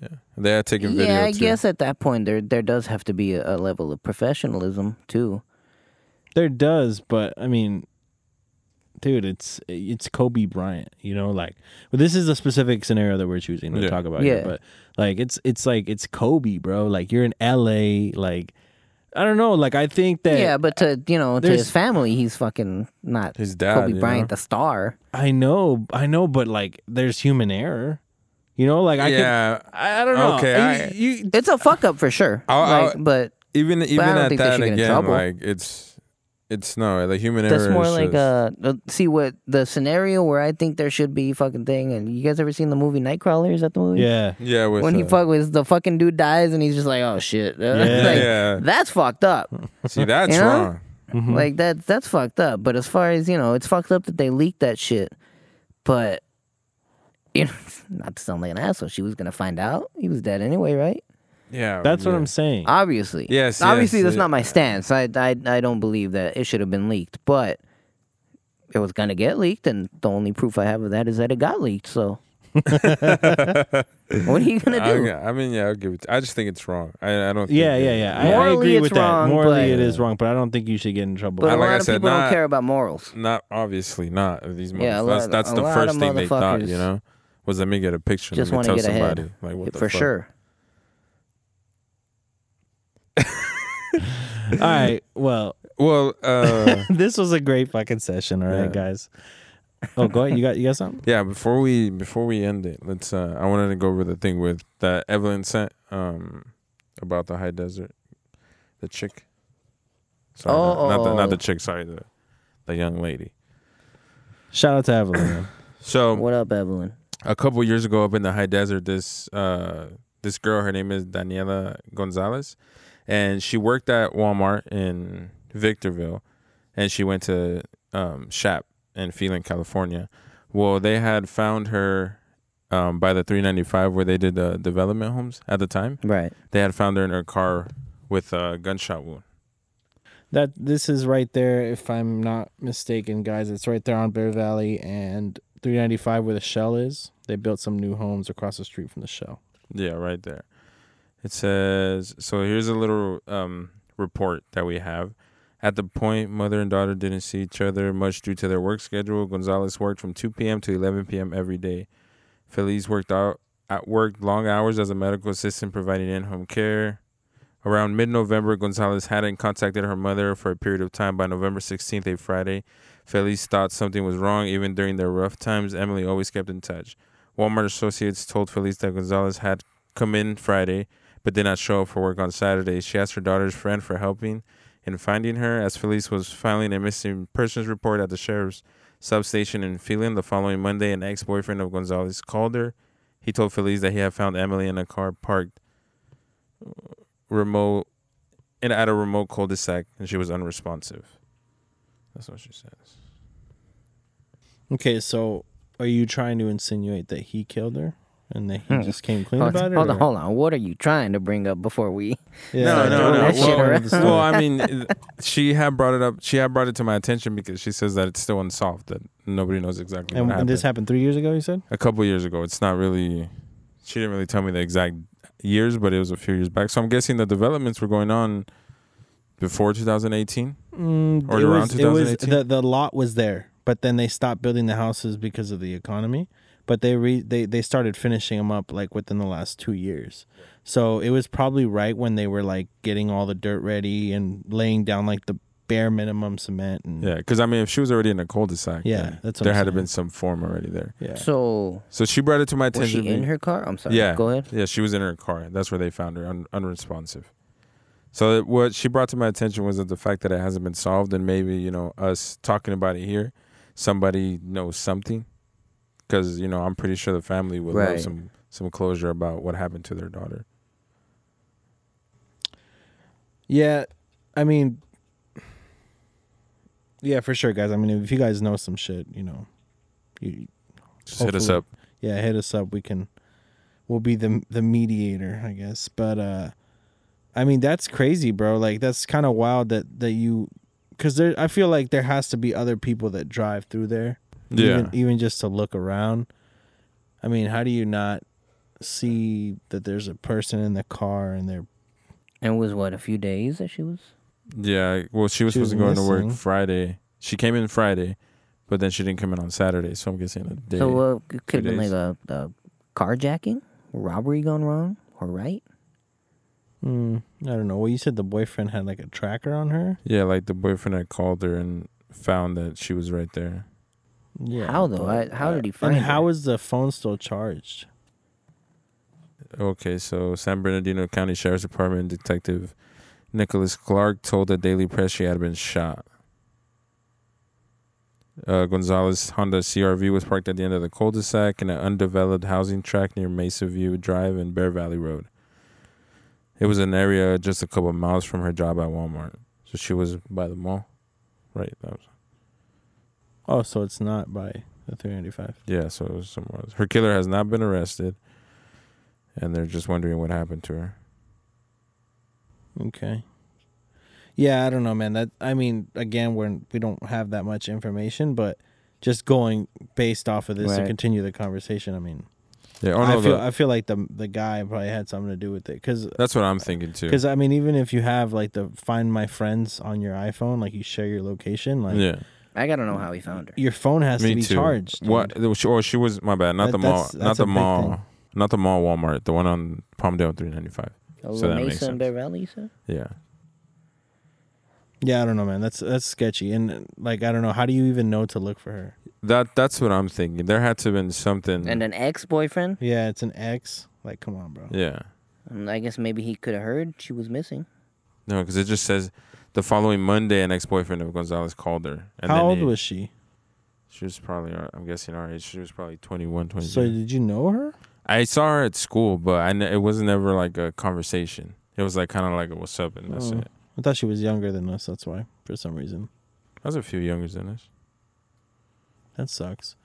S2: Yeah. They had taken video
S3: Yeah, I
S2: too.
S3: guess at that point there there does have to be a, a level of professionalism too.
S1: There does, but I mean, dude, it's it's Kobe Bryant, you know, like well, this is a specific scenario that we're choosing to
S2: Yeah.
S1: talk about
S3: Yeah.
S1: here, but like it's it's like it's Kobe, bro. Like you're in LA, like I don't know, like I think that
S3: yeah, but to you know to
S1: there's-
S3: his family, he's fucking not
S2: His dad,
S3: Kobe
S2: you
S3: Bryant,
S2: know?
S3: the star.
S1: I know, I know, but like there's human error. You know, like I
S2: yeah.
S1: could, I, I don't know.
S2: Okay,
S1: You-
S2: I-
S1: you-
S3: It's a fuck up for sure.
S2: I'll-
S3: like,
S2: I'll-
S3: but
S2: even even
S3: I don't
S2: at
S3: think they
S2: that
S3: should get in
S2: again,
S3: trouble.
S2: like it's it's no the human error.
S3: that's more
S2: is
S3: like
S2: just-
S3: uh uh, see what the scenario where I think there should be fucking thing. And you guys ever seen the movie Nightcrawler? Is that the movie?
S1: yeah,
S2: yeah. With,
S3: When he
S2: uh,
S3: fuck with the fucking dude dies and he's just like, oh shit, yeah,
S2: Yeah.
S3: that's fucked up.
S2: see that's
S3: You know?
S2: wrong. Mm-hmm.
S3: Like that that's fucked up. But as far as, you know, it's fucked up that they leaked that shit. But you know, not to sound like an asshole, she was gonna find out he was dead anyway, right?
S2: Yeah,
S1: that's what
S2: yeah.
S1: I'm saying.
S3: Obviously.
S2: Yes,
S3: Obviously
S2: yes, uh,
S3: that's
S2: yeah.
S3: not my stance. I, I I don't believe that it should have been leaked, but it was gonna get leaked and the only proof I have of that is that it got leaked, so what are you gonna do?
S2: I, I mean, yeah, I'll give it. I just think it's wrong. I, I don't.
S1: yeah,
S2: think
S1: yeah,
S2: it-
S1: yeah. I- I,
S3: Morally,
S1: agree
S3: it's
S1: with that.
S3: wrong,
S1: Morally,
S3: but-
S1: it is wrong, but I don't think you should get in trouble.
S3: But a
S2: like I
S3: lot of
S2: said,
S3: people
S2: not-
S3: don't care about morals.
S2: Not obviously not of these.
S3: Yeah, a
S2: Yeah,
S3: lot
S2: that's,
S3: of-
S2: that's
S3: a
S2: the
S3: lot
S2: first
S3: of
S2: thing they thought.
S3: motherfuckers
S2: You know, was let me get a picture.
S3: Just
S2: let
S3: want
S2: me
S3: to
S2: tell
S3: get ahead.
S2: somebody. Like what the
S3: for
S2: fuck?
S3: sure.
S1: All right, well,
S2: Well, uh,
S1: this was a great fucking session. All right,
S2: Yeah.
S1: guys. Oh, go ahead. You got you got something?
S2: yeah. Before we before we end it, let's. Uh, I wanted to go over the thing with that Evelyn sent um about the high desert, the chick. Sorry,
S3: Oh,
S2: not, not the
S3: oh.
S2: not the chick. Sorry, the the young lady.
S1: Shout out to Evelyn. man.
S2: So
S3: What up, Evelyn?
S2: a couple years ago up in the high desert this uh this girl her name is daniela gonzalez and she worked at walmart in victorville and she went to um shap in Phelan, california well they had found her um by the 395 where they did the development homes at the time
S3: Right.
S2: they had found her in her car with a gunshot wound
S1: That this is right there, if I'm not mistaken, guys. It's right there on Bear Valley and 395 where the shell is. They built some new homes across the street from the shell.
S2: Yeah, right there. It says so. Here's a little um, report that we have. At the point, mother and daughter didn't see each other much due to their work schedule. Gonzalez worked from 2 p.m. to 11 p.m. every day. Feliz worked out at work long hours as a medical assistant providing in-home care. Around mid-November, Gonzalez hadn't contacted her mother for a period of time. By November 16th, a Friday, Feliz thought something was wrong. Even during their rough times, Emily always kept in touch. Walmart associates told Feliz that Gonzalez had come in Friday but did not show up for work on Saturday. She asked her daughter's friend for helping in finding her as Feliz was filing a missing persons report at the sheriff's substation in Phelan the following Monday. An ex boyfriend of Gonzalez called her. He told Feliz that he had found Emily in a car parked uh, remote in at a remote cul-de-sac and she was unresponsive. That's what she says.
S1: Okay, so are you trying to insinuate that he killed her and that he just came clean
S3: Hold,
S1: about it?
S3: hold on,
S1: or-
S3: hold on. What are you trying to bring up before we?
S1: Yeah,
S2: No,
S1: like,
S2: no,
S1: throwing
S2: no.
S1: that shit
S2: Well,
S1: around the story.
S2: well, I mean, it- she had brought it up. She had brought it to my attention because she says that it's still unsolved. That nobody knows exactly
S1: and,
S2: what happened.
S1: and this happened three years ago. You said
S2: a couple years ago. It's not really. She didn't really tell me the exact years, but it was a few years back. So I'm guessing the developments were going on before 2018.
S1: mm,
S2: Or
S1: it
S2: around
S1: was, it was
S2: 2018?
S1: the the lot was there, but then they stopped building the houses because of the economy. But they re they they started finishing them up like within the last two years. So it was probably right when they were like getting all the dirt ready and laying down like the bare minimum cement and
S2: Yeah, because I mean, if she was already in a cul-de-sac,
S1: Mm-hmm. Yeah,
S2: then
S1: that's what
S2: there
S1: I'm
S2: had to
S1: saying.
S2: been some form already there.
S1: yeah.
S3: So
S2: So she brought it to my
S3: was
S2: attention.
S3: she in her car? I'm sorry.
S2: Yeah.
S3: Go ahead.
S2: Yeah, she was in her car. That's where they found her, un- unresponsive. So that what she brought to my attention was that the fact that it hasn't been solved, and maybe you know us talking about it here, somebody knows something, because you know I'm pretty sure the family would
S3: Right.
S2: love some some closure about what happened to their daughter.
S1: Yeah, I mean, yeah, for sure, guys. I mean, if you guys know some shit, you know, you
S2: Just hit us
S1: Hopefully.
S2: up.
S1: yeah, hit us up. We can we'll be the the mediator, I guess. But uh I mean, that's crazy, bro. Like that's kind of wild that that you cuz there I feel like there has to be other people that drive through there.
S2: Yeah.
S1: Even, even just to look around. I mean, how do you not see that there's a person in the car and they're
S3: And it was what a few days that she was.
S2: Yeah. Well, she was
S1: She was
S2: supposed to go into work
S1: missing.
S2: Friday. She came in Friday, but then she didn't come in on Saturday. So I'm guessing a day.
S3: So uh, it could have been like
S2: days.
S3: a, a carjacking, robbery gone wrong or right.
S1: Hmm, I don't know. Well, you said the boyfriend had like a tracker on her?
S2: yeah, like the boyfriend had called her and found that she was right there.
S1: Yeah.
S3: How though?
S1: but-
S3: I- how did he find
S1: And how
S3: her?
S1: is the phone still charged?
S2: Okay, so San Bernardino County Sheriff's Department Detective Nicholas Clark told the Daily Press she had been shot. Uh, Gonzalez Honda CRV was parked at the end of the cul-de-sac in an undeveloped housing tract near Mesa View Drive and Bear Valley Road. It was an area just a couple of miles from her job at Walmart. So she was by the mall, right? That was,
S1: Oh, so it's not by the 395.
S2: yeah, so it was somewhere else. Her killer has not been arrested, and they're just wondering what happened to her.
S1: Okay. Yeah, I don't know, man. That I mean, again, we're we don't have that much information, but just going based off of this to
S3: Right.
S1: continue the conversation. I mean,
S2: Yeah, oh no,
S1: I feel
S2: the-
S1: I feel like the the guy probably had something to do with it because
S2: that's what I'm thinking too.
S1: I mean, even if you have like the find my friends on your iPhone, like you share your location, like
S2: yeah,
S3: I gotta know how he found her.
S1: your phone has to
S2: me
S1: be
S2: too.
S1: charged.
S2: What?
S1: dude.
S2: it was- She, oh, she was my bad. Not
S1: That-
S2: the mall.
S1: that's-
S2: Not
S1: that's a
S2: the
S1: big
S2: mall.
S1: thing.
S2: Not the mall Walmart. The one on Palmdale 395.
S3: Oh,
S2: So that
S3: Mesa
S2: makes sense.
S3: and Bear Valley, you said?
S2: Yeah,
S1: Yeah, I don't know, man. That's that's sketchy, and like I don't know, how do you even know to look for her?
S2: that that's what I'm thinking. There had to have been something.
S3: And an ex-boyfriend.
S1: Yeah, it's an ex. Like, come on, bro.
S2: yeah,
S3: Mm, I guess maybe he could have heard she was missing.
S2: no, because it just says the following Monday, an ex-boyfriend of Gonzalez called her. And
S1: How
S2: then
S1: old
S2: he-
S1: was she?
S2: she? Was probably our- I'm guessing our age. She was probably 21, 22.
S1: So did you know her?
S2: I saw her at school, but I ne- it wasn't ever like a conversation. It was like kind of like a what's up, and that's
S1: Oh.
S2: it.
S1: I thought she was younger than us. That's why, for some reason,
S2: I was a few younger than us.
S1: that sucks.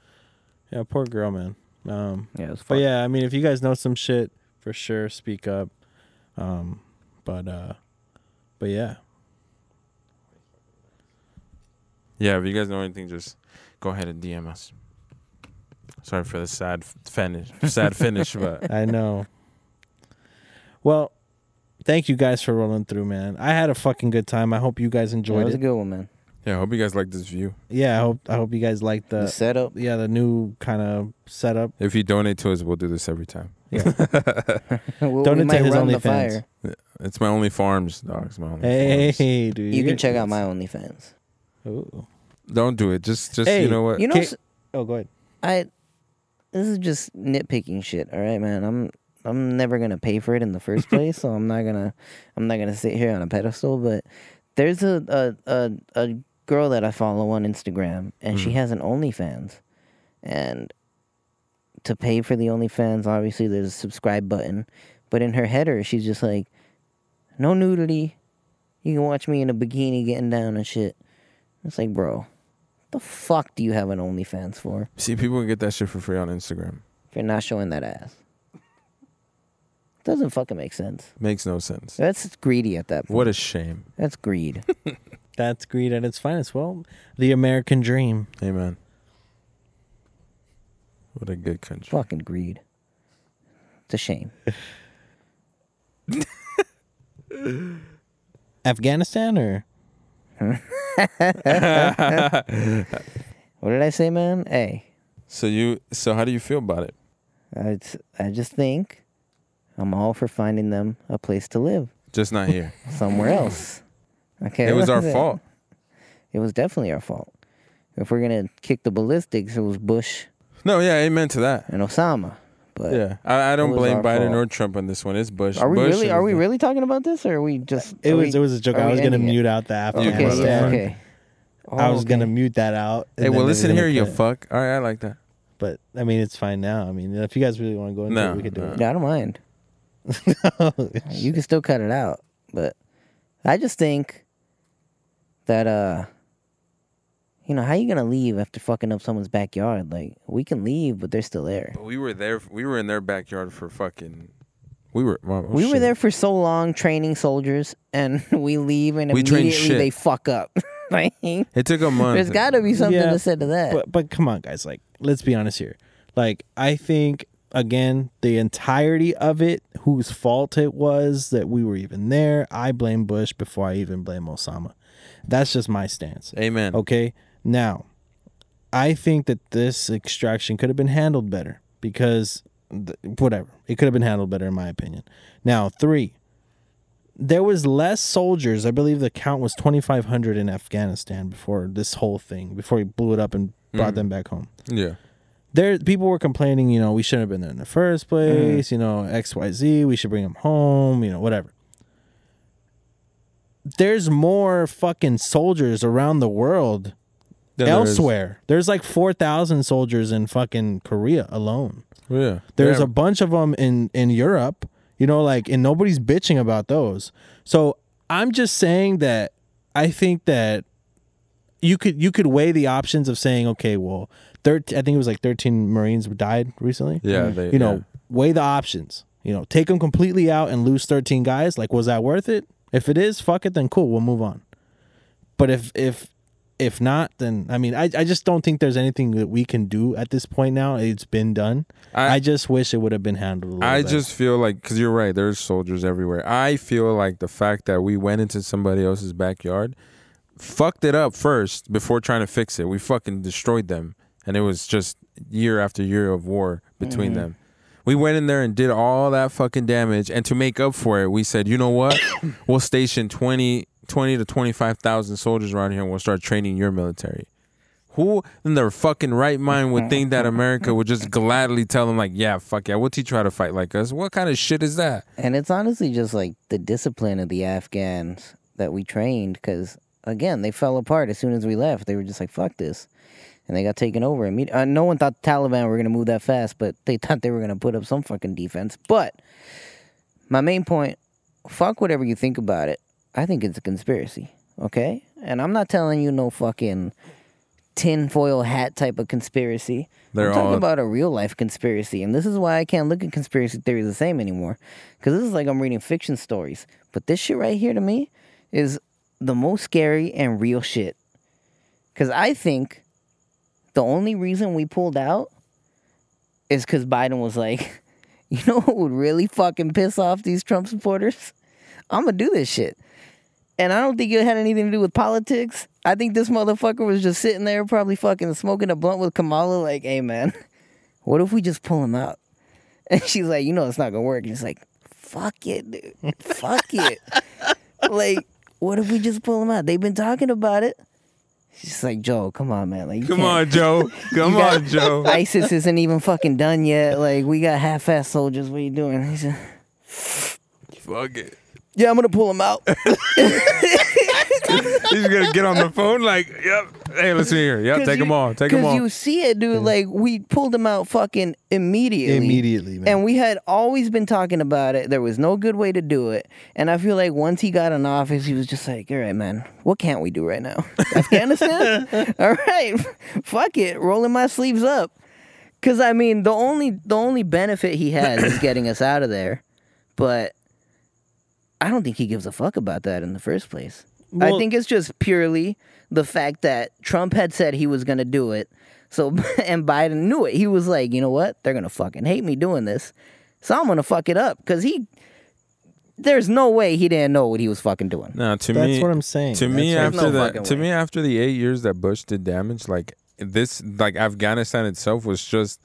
S1: Yeah, poor girl, man. Um,
S3: Yeah, it was
S1: but yeah, I mean, if you guys know some shit, for sure, speak up. Um, but uh, but yeah,
S2: Yeah, if you guys know anything, just go ahead and DM us. Sorry for the sad f- finish, sad finish, but
S1: I know. Well, thank you guys for rolling through, man. I had a fucking good time. I hope you guys
S3: that
S1: enjoyed
S3: was
S1: it.
S3: a good one, man.
S2: yeah, I hope you guys like this view.
S1: yeah, I hope I hope you guys liked
S3: The,
S1: the
S3: setup.
S1: yeah the new kind of setup.
S2: If you donate to us, we'll do this every time.
S1: Yeah.
S3: Well, we
S1: Donate to
S3: might
S1: his
S3: run the
S1: OnlyFans.
S3: fire.
S2: It's my only farms, dog. It's my only farms.
S1: hey, dude,
S3: You can check out my OnlyFans.
S1: Ooh.
S2: Don't do it. Just, just
S1: Hey,
S2: you know what?
S3: You know,
S1: Okay.
S3: s-
S1: Oh, go ahead.
S3: I this is just nitpicking shit. All right, man. I'm I'm never gonna pay for it in the first place, so I'm not gonna I'm not gonna sit here on a pedestal. But there's a a a, a girl that I follow on Instagram, and she has an OnlyFans, and to pay for the OnlyFans, obviously there's a subscribe button, but in her header, she's just like, no nudity. You can watch me in a bikini getting down and shit. It's like, bro, the fuck do you have an OnlyFans for?
S2: See, people can get that shit for free on Instagram.
S3: if you're not showing that ass. Doesn't fucking make sense.
S2: Makes no sense.
S3: That's greedy at that point.
S2: What a shame.
S3: That's greed.
S1: That's greed at its finest. Well, the American dream.
S2: Amen. What a good country.
S3: fucking greed. It's a shame.
S1: Afghanistan or
S3: What did I say, man? Hey,
S2: So you, so how do you feel about it?
S3: I, it's- I just think I'm all for finding them a place to live
S2: Just not here.
S3: somewhere else. Okay.
S2: it was our fault.
S3: It was definitely our fault. If we're gonna kick the ballistics, it was Bush
S2: No, yeah, amen to that.
S3: and Osama. But
S2: Yeah, I, I don't
S3: was
S2: blame
S3: our
S2: Biden
S3: fault.
S2: or Trump on this one. It's Bush.
S3: are we
S2: Bush
S3: really
S2: is
S3: are we
S2: the-
S3: really talking about this, or are we just?
S1: it
S3: are
S1: was
S3: we-
S1: it was a joke.
S3: are
S1: I
S3: we
S1: was gonna
S3: ending it?
S1: mute out the
S3: Okay.
S1: Afghanistan.
S3: Yeah.
S2: Motherfucker.
S3: Okay.
S1: I was
S3: Okay.
S1: gonna mute that out. and
S2: Hey, well,
S1: then they
S2: listen
S1: were gonna
S2: here, you
S1: cut it.
S2: fuck. All right, I like that.
S1: But I mean, it's fine now. I mean, if you guys really want to go into
S2: No,
S1: it, we could do
S2: no.
S1: it.
S3: Yeah, I don't mind. you can still cut it out, but I just think that uh you know, how you gonna leave after fucking up someone's backyard? Like, we can leave, but they're still there.
S2: But we were there. We were in their backyard for fucking. We were. well, oh,
S3: we were
S2: shit.
S3: there for so long training soldiers, and we leave, and
S2: We trained
S3: immediately
S2: shit.
S3: they fuck up. like,
S2: It took a month.
S3: there's got to be something
S1: Yeah,
S3: to say to that.
S1: But but come on, guys. Like, let's be honest here. Like, I think again, the entirety of it, whose fault it was that we were even there. I blame Bush before I even blame Osama. That's just my stance.
S2: Amen.
S1: Okay. Now, I think that this extraction could have been handled better because th- whatever. It could have been handled better, in my opinion. Now, three, there was less soldiers. I believe the count was 2,500 in Afghanistan before this whole thing, before he blew it up and brought them back home.
S2: Yeah.
S1: There, people were complaining, you know, we shouldn't have been there in the first place, you know, XYZ, we should bring them home, you know, whatever there's more fucking soldiers around the world
S2: Then there is-
S1: elsewhere. there's like 4,000 soldiers in fucking Korea alone.
S2: Yeah.
S1: There's
S2: yeah.
S1: a bunch of them in in Europe, you know, like and nobody's bitching about those. So I'm just saying that I think that you could you could weigh the options of saying, okay, well, 13, I think it was like 13 Marines died recently.
S2: Yeah, they-
S1: you know,
S2: yeah.
S1: weigh the options. You know, take them completely out and lose 13 guys. Like, was that worth it? If it is, fuck it, then cool, we'll move on. But if if if not, then I mean, I, I just don't think there's anything that we can do at this point now. It's been done.
S2: I-
S1: I, just wish it would have been handled. A little
S2: I
S1: better.
S2: just feel like because you're right. There's soldiers everywhere. I feel like the fact that we went into somebody else's backyard fucked it up first before trying to fix it. We fucking destroyed them, and it was just year after year of war between them. We went in there and did all that fucking damage, and to make up for it, we said, you know what? we'll station 20, 20 to twenty five thousand soldiers around here, and we'll start training your military. Who in their fucking right mind would think that America would just gladly tell them like, yeah, fuck yeah, what's he try to fight like us? What kind of shit is that?
S3: And it's honestly just like the discipline of the Afghans that we trained because, again, they fell apart as soon as we left. They were just like, fuck this. And they got taken over. imme- Uh, no one thought the Taliban were going to move that fast, but they thought they were going to put up some fucking defense. But my main point fuck whatever you think about it. I think it's a conspiracy, okay? And I'm not telling you no fucking tinfoil hat type of conspiracy.
S2: They're
S3: I'm talking
S2: all-
S3: about a real life conspiracy, and this is why I can't look at conspiracy theories the same anymore. Because this is like I'm reading fiction stories. But this shit right here to me is the most scary and real shit. Because I think the only reason we pulled out is because Biden was like, you know what would really fucking piss off these Trump supporters? I'm gonna do this shit. And I don't think it had anything to do with politics. I think this motherfucker was just sitting there, probably fucking smoking a blunt with Kamala, like, hey man, what if we just pull him out? And she's like, you know, it's not gonna work. And he's like, fuck it, dude. Fuck it. like, what if we just pull him out? They've been talking about it. She's like, Joe, come on, man. Like, you
S2: Come
S3: can't-
S2: on, Joe. Come
S3: you got-
S2: on, Joe.
S3: ISIS isn't even fucking done yet. Like we got half-ass soldiers. What are you doing? He said,
S2: Fuck it.
S3: yeah, I'm gonna pull them out.
S2: He's gonna get on the phone like, yep. Hey, listen here. Yep, take them all. Take them all.
S3: Because you see it, dude. Like we pulled them out fucking immediately.
S1: Immediately, man.
S3: And we had always been talking about it. There was no good way to do it. And I feel like once he got in office, he was just like, all right, man, what can't we do right now? Afghanistan? all right, fuck it. Rolling my sleeves up. Cause I mean the only the only benefit he has is getting us out of there. But I don't think he gives a fuck about that in the first place. I
S1: Well-
S3: think it's just purely the fact that Trump had said he was going to do it. So and Biden knew it. He was like, "You know what? They're going to fucking hate me doing this. So I'm going to fuck it up cuz he there's no way he didn't know what he was fucking doing."
S2: No, to
S1: That's
S2: me,
S1: what I'm saying.
S2: To me,
S1: That's
S2: after
S3: what I'm- No
S2: the
S3: fucking
S2: to
S3: way.
S2: me after the eight years that Bush did damage, like this, like Afghanistan itself was just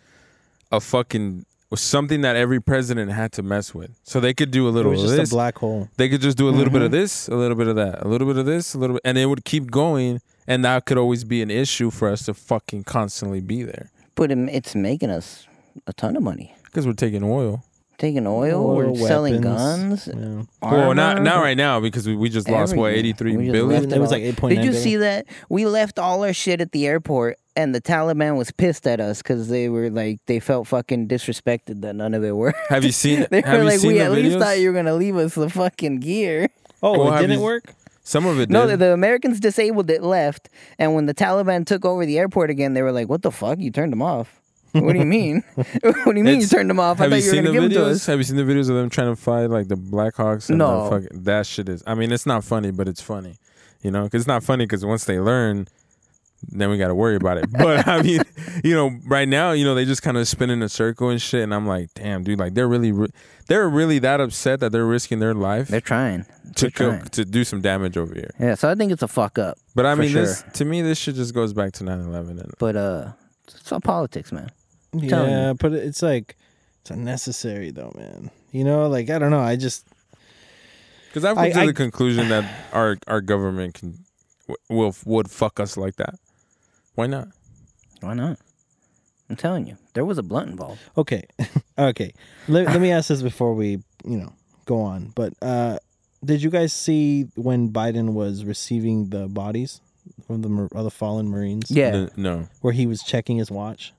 S2: a fucking was something that every president had to mess with. So they could do a
S1: it
S2: little
S1: was
S2: of
S1: just
S2: this,
S1: a black hole.
S2: they could just do a little bit of
S3: Mm-hmm.
S2: this, a little bit of that, a little bit of this, a little bit, and it would keep going. And that could always be an issue for us to fucking constantly be there
S3: But it, it's making us a ton of money.
S2: because we're taking oil.
S3: Taking oil,
S1: Or
S3: Oh, we're selling
S1: weapons.
S3: guns.
S1: Yeah.
S2: Well, not
S3: armor.
S2: not right now because we, we just lost what
S3: Everything.
S2: eighty three
S3: We just
S2: billion.
S3: left
S1: It was
S3: all.
S1: like 8.9
S3: Did you
S1: billion.
S3: see that? We left all our shit at the airport, and the Taliban was pissed at us because they were like they felt fucking disrespected that none of it worked.
S2: Have you seen?
S3: They
S2: have
S3: were
S2: you
S3: like,
S2: seen
S3: we
S2: the
S3: at least
S2: videos?
S3: thought you were gonna leave us the fucking gear.
S1: Oh,
S2: Well,
S1: it
S2: have
S1: didn't
S2: you-
S1: work.
S2: Some of it
S3: No, the,
S2: did.
S3: the Americans disabled it, left, and when the Taliban took over the airport again, they were like, "What the fuck? You turned them off? What do you mean? what do you mean you
S2: It's-
S3: turned them off? I
S2: Have
S3: thought
S2: you
S3: you were
S2: seen
S3: gonna
S2: the
S3: give them to
S2: videos?
S3: us."
S2: Have you seen the videos of them trying to fight like the Blackhawks? And the
S3: No.
S2: fuck, that shit is. I mean, it's not funny, but it's funny. You know, 'Cause it's not funny because once they learn, then we got to worry about it. But I mean, you know, right now, you know, they just kind of spin in a circle and shit. And I'm like, damn, dude, like they're really, ri- they're really that upset that they're risking their life
S3: They're trying.
S2: to
S3: They're
S2: co-
S3: trying.
S2: to do some damage over here.
S3: Yeah, so I think it's a fuck up.
S2: But I
S3: For
S2: mean, this to me, this shit just goes back to 9/11 and
S3: But uh, it's all politics, man. telling you.
S1: Yeah, but it's like it's unnecessary though, man. You know, like I don't know. I just
S2: Because I've come
S1: I-
S2: to
S1: I-
S2: the conclusion that our our government can w- will would fuck us like that. Why not?
S3: Why not? I'm telling you, there was a blunt involved.
S1: okay, okay. Let, let me ask this before we you know go on. But uh did you guys see when Biden was receiving the bodies of the mar- of the fallen Marines?
S3: Yeah,
S2: N- no.
S1: where he was checking his watch.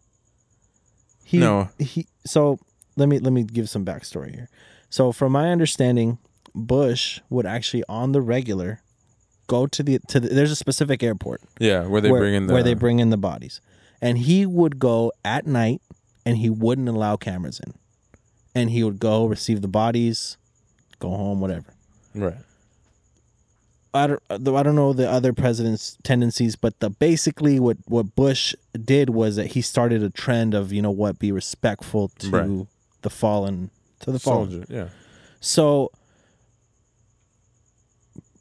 S1: He,
S2: No.
S1: He so let me let me give some backstory here. So from my understanding, Bush would actually on the regular go to the to the, there's a specific airport
S2: Yeah, where they
S1: where,
S2: bring in the
S1: where they bring in the bodies, and he would go at night, and he wouldn't allow cameras in, and he would go receive the bodies, go home, whatever.
S2: right.
S1: I don't, uh, though I don't know the other president's tendencies, but the basically what, what Bush did was that he started a trend of you know what be respectful to
S2: Right.
S1: the fallen to the fallen.
S2: soldier. Yeah,
S1: So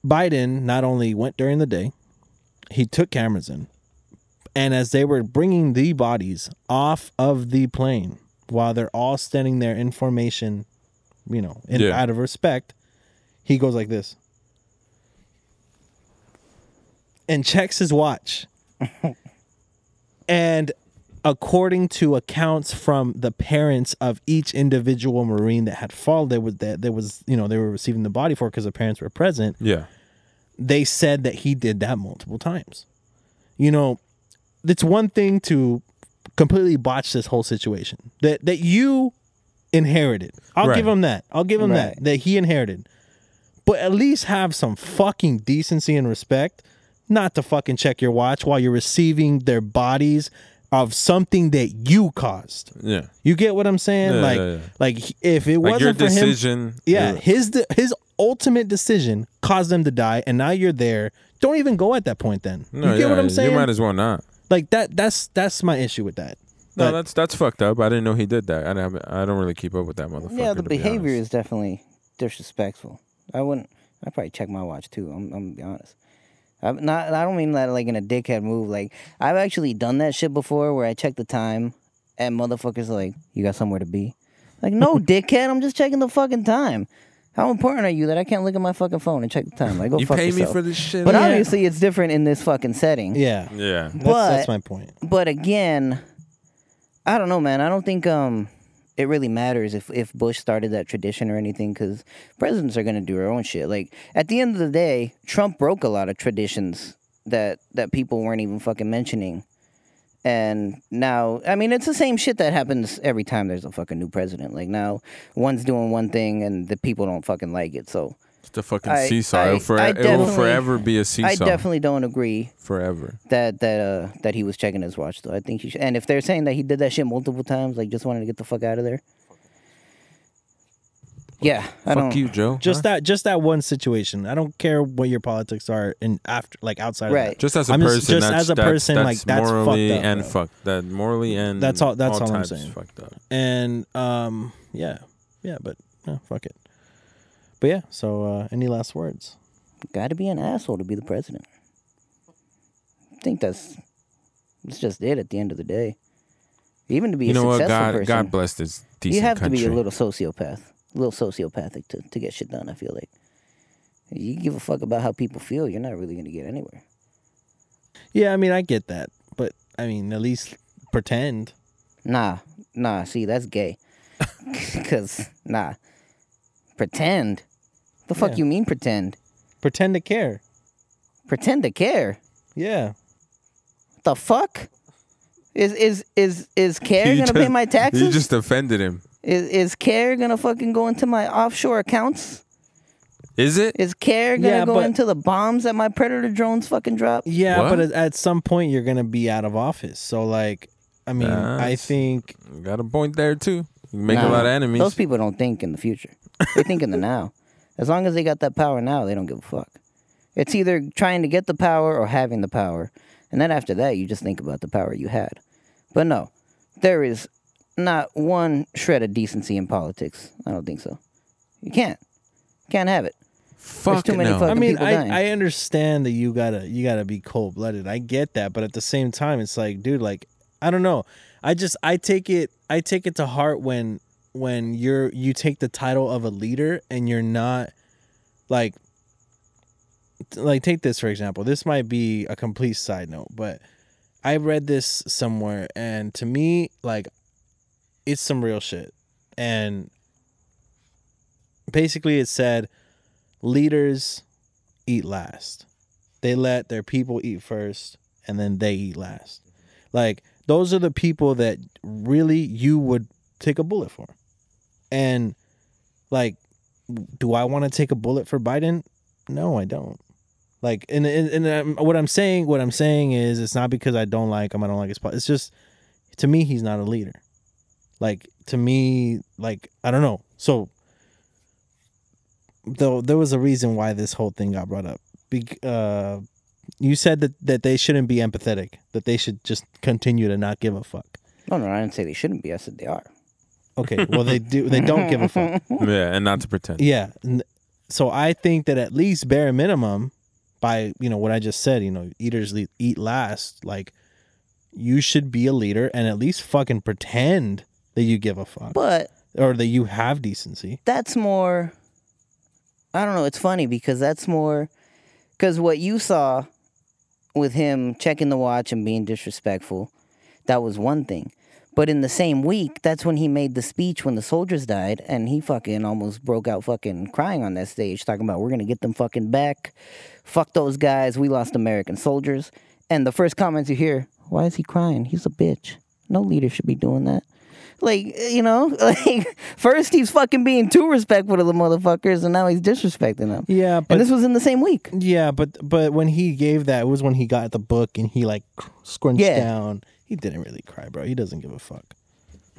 S1: Biden not only went during the day, he took cameras in, and as they were bringing the bodies off of the plane while they're all standing there in formation, you know, in,
S2: Yeah.
S1: out of respect, he goes like this and checks his watch. and according to accounts from the parents of each individual marine that had fallen there was that there was you know they were receiving the body for because the parents were present
S2: yeah.
S1: they said that he did that multiple times you know it's one thing to completely botch this whole situation that that you inherited i'll
S2: Right.
S1: give him that i'll give him
S3: Right.
S1: that that he inherited but at least have some fucking decency and respect not to fucking check your watch while you're receiving their bodies of something that you caused
S2: Yeah,
S1: you get what I'm saying?
S2: Yeah,
S1: like,
S2: yeah, yeah.
S1: like he- if it
S2: like your
S1: wasn't for him,
S2: decision.
S1: yeah,
S2: uh,
S1: his de- his ultimate decision caused them to die, and now you're there. Don't even go at that point. Then
S2: no,
S1: you get
S2: yeah,
S1: what I'm saying?
S2: You might as well not.
S1: like that. That's that's my issue with that.
S2: No,
S1: Like,
S2: that's that's fucked up. I didn't know he did that. I don't, I don't really keep up with that motherfucker.
S3: yeah, the
S2: to be
S3: behavior
S2: honest.
S3: is definitely disrespectful. I wouldn't. I probably check my watch too. I'm, I'm gonna be honest. I'm not. I don't mean that like in a dickhead move. Like I've actually done that shit before, where I check the time, and motherfuckers are like, "You got somewhere to be?" Like, no, dickhead. I'm just checking the fucking time. How important are you that I can't look at my fucking phone and check the time? Like, go
S2: You
S3: fuck
S2: pay
S3: yourself.
S2: me for this shit.
S3: But
S1: Yeah.
S3: obviously, it's different in this fucking setting.
S1: yeah, that's,
S2: yeah,
S3: But-
S1: that's my point.
S3: But again, I don't know, man. I don't think um it really matters if if Bush started that tradition or anything because presidents are gonna do their own shit. Like at the end of the day, Trump broke a lot of traditions that that people weren't even fucking mentioning. And now, I mean, it's the same shit that happens every time there's a fucking new president. Like now, one's doing one thing and the people don't fucking like it. So
S2: it's the fucking
S3: I-
S2: seesaw.
S3: I-
S2: It'll fore-
S3: I
S2: it will
S3: definitely-
S2: forever be a seesaw.
S3: I definitely don't agree
S2: forever.
S3: that that uh that he was checking his watch though. I think he should. And if they're saying that he did that shit multiple times, like just wanted to get the fuck out of there. Yeah, I
S2: Fuck
S3: don't.
S2: you, Joe.
S1: Just
S2: Huh?
S1: that, just that one situation. I don't care what your politics are, and after, like outside, of
S3: Right.
S1: that.
S2: Just as a
S1: I'm just-
S2: person,
S1: just
S2: that's,
S1: as a
S2: that's-
S1: person,
S2: that's
S1: like, that's fucked
S2: morally
S1: up,
S2: and
S1: bro.
S2: fucked. That morally and
S1: That's all- that's all I'm
S2: types
S1: saying.
S2: Fucked up.
S1: And um, yeah, yeah, but no, fuck it. But yeah, so uh, any last words?
S3: Got to be an asshole to be the president. I think that's that's just it. At the end of the day, even to be
S2: You
S3: a
S2: know what?
S3: successful
S2: God,
S3: person,
S2: God bless this decent
S3: you have
S2: country.
S3: to be a little sociopath, a little sociopathic to to get shit done. I feel like you give a fuck about how people feel, you're not really gonna get anywhere.
S1: Yeah, I mean, I get that, but I mean, at least pretend.
S3: Nah, nah. See, that's gay. Cause nah, pretend. The fuck
S1: Yeah.
S3: you mean pretend?
S1: pretend to care.
S3: Pretend to care.
S1: Yeah.
S3: The fuck is is is is care
S2: You
S3: gonna pay
S2: just-
S3: my
S2: You
S3: taxes?
S2: just offended him.
S3: Is is care gonna fucking go into my offshore accounts?
S2: Is it?
S3: Is Care gonna
S1: Yeah,
S3: go
S1: but-
S3: into the bombs that my Predator drones fucking drop?
S1: Yeah,
S2: What?
S1: but at- at some point you're gonna be out of office. So like, I mean, I
S2: That's-
S1: think
S2: You Got a point there too. You make
S3: Nah.
S2: a lot of enemies.
S3: Those people don't think in the future. They think in the now. As long as they got that power now, they don't give a fuck. It's either trying to get the power or having the power. And then after that, you just think about the power you had. But no, there is not one shred of decency in politics. I don't think so. You can't. Can't have it.
S2: Fuck
S3: too many
S2: no.
S1: I
S3: fucking-
S1: mean,
S3: people dying.
S1: I, I understand that you gotta you gotta be cold blooded. I get that, but at the same time, it's like, dude, like I don't know. I just I take it I take it to heart when when you're you take the title of a leader and you're not like like take this for example. This might be a complete side note, but I read this somewhere and to me like it's some real shit. And basically it said leaders eat last. They let their people eat first and then they eat last. Like those are the people that really you would take a bullet for. And like do I want to take a bullet for Biden? No, I don't. Like and and, and um, what I'm saying what I'm saying is it's not because I don't like him, I don't like his po- it's just to me he's not a leader. Like to me like I don't know. So though there was a reason why this whole thing got brought up. Be, uh, you said that, that they shouldn't be empathetic, that they should just continue to not give a fuck.
S3: No, no, I didn't say they shouldn't be. I said they are.
S1: Okay, well they do they don't give a fuck.
S2: Yeah, and not to pretend.
S1: Yeah. n- So I think that at least bare minimum by, you know, what I just said, you know, eaters le- eat last, like you should be a leader and at least fucking pretend that you give a fuck
S3: But
S1: or that you have decency.
S3: that's more i don't know it's funny because that's more because what you saw with him checking the watch and being disrespectful that was one thing but in the same week that's when he made the speech when the soldiers died and he fucking almost broke out fucking crying on that stage talking about we're gonna get them fucking back fuck those guys we lost american soldiers and the first comments you hear why is he crying he's a bitch no leader should be doing that like, eh, you know, like first he's fucking being too respectful to the motherfuckers and now he's disrespecting them.
S1: Yeah,
S3: and this was in the same week.
S1: Yeah, but but when he gave that, it was when he got the book and he like scrunched
S3: Yeah.
S1: down. He didn't really cry, bro. He doesn't give a fuck.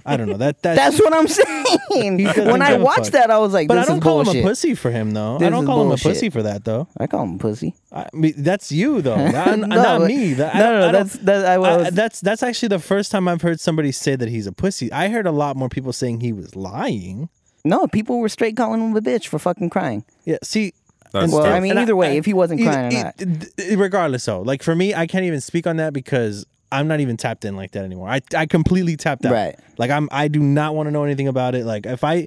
S1: I don't know that that's.
S3: That's what I'm
S1: He
S3: saying.
S1: doesn't
S3: when I
S1: give a
S3: watched
S1: fuck.
S3: that, I was like,
S1: but
S3: this
S1: I don't
S3: is
S1: call
S3: bullshit.
S1: him a pussy for him though. I
S3: This
S1: don't
S3: is
S1: call him
S3: bullshit.
S1: a pussy for that though.
S3: I call him pussy.
S1: I mean, that's you though, not, not me. That- I
S3: no,
S1: don't-
S3: no,
S1: I
S3: no,
S1: don't-
S3: that's, that, I
S1: I-
S3: was,
S1: that's that's actually the first time I've heard somebody say that he's a pussy. I heard a lot more people saying he was lying.
S3: no, people were straight calling him a bitch for fucking crying.
S1: Yeah, see,
S2: That's
S3: well,
S2: tough.
S3: I mean,
S1: And
S3: either way, if he wasn't
S1: Either-
S3: crying or not.
S1: it- it- regardless though like for me i can't even speak on that because i'm not even tapped in like that anymore i, I completely tapped out
S3: Right.
S1: like i'm i do not want to know anything about it like if i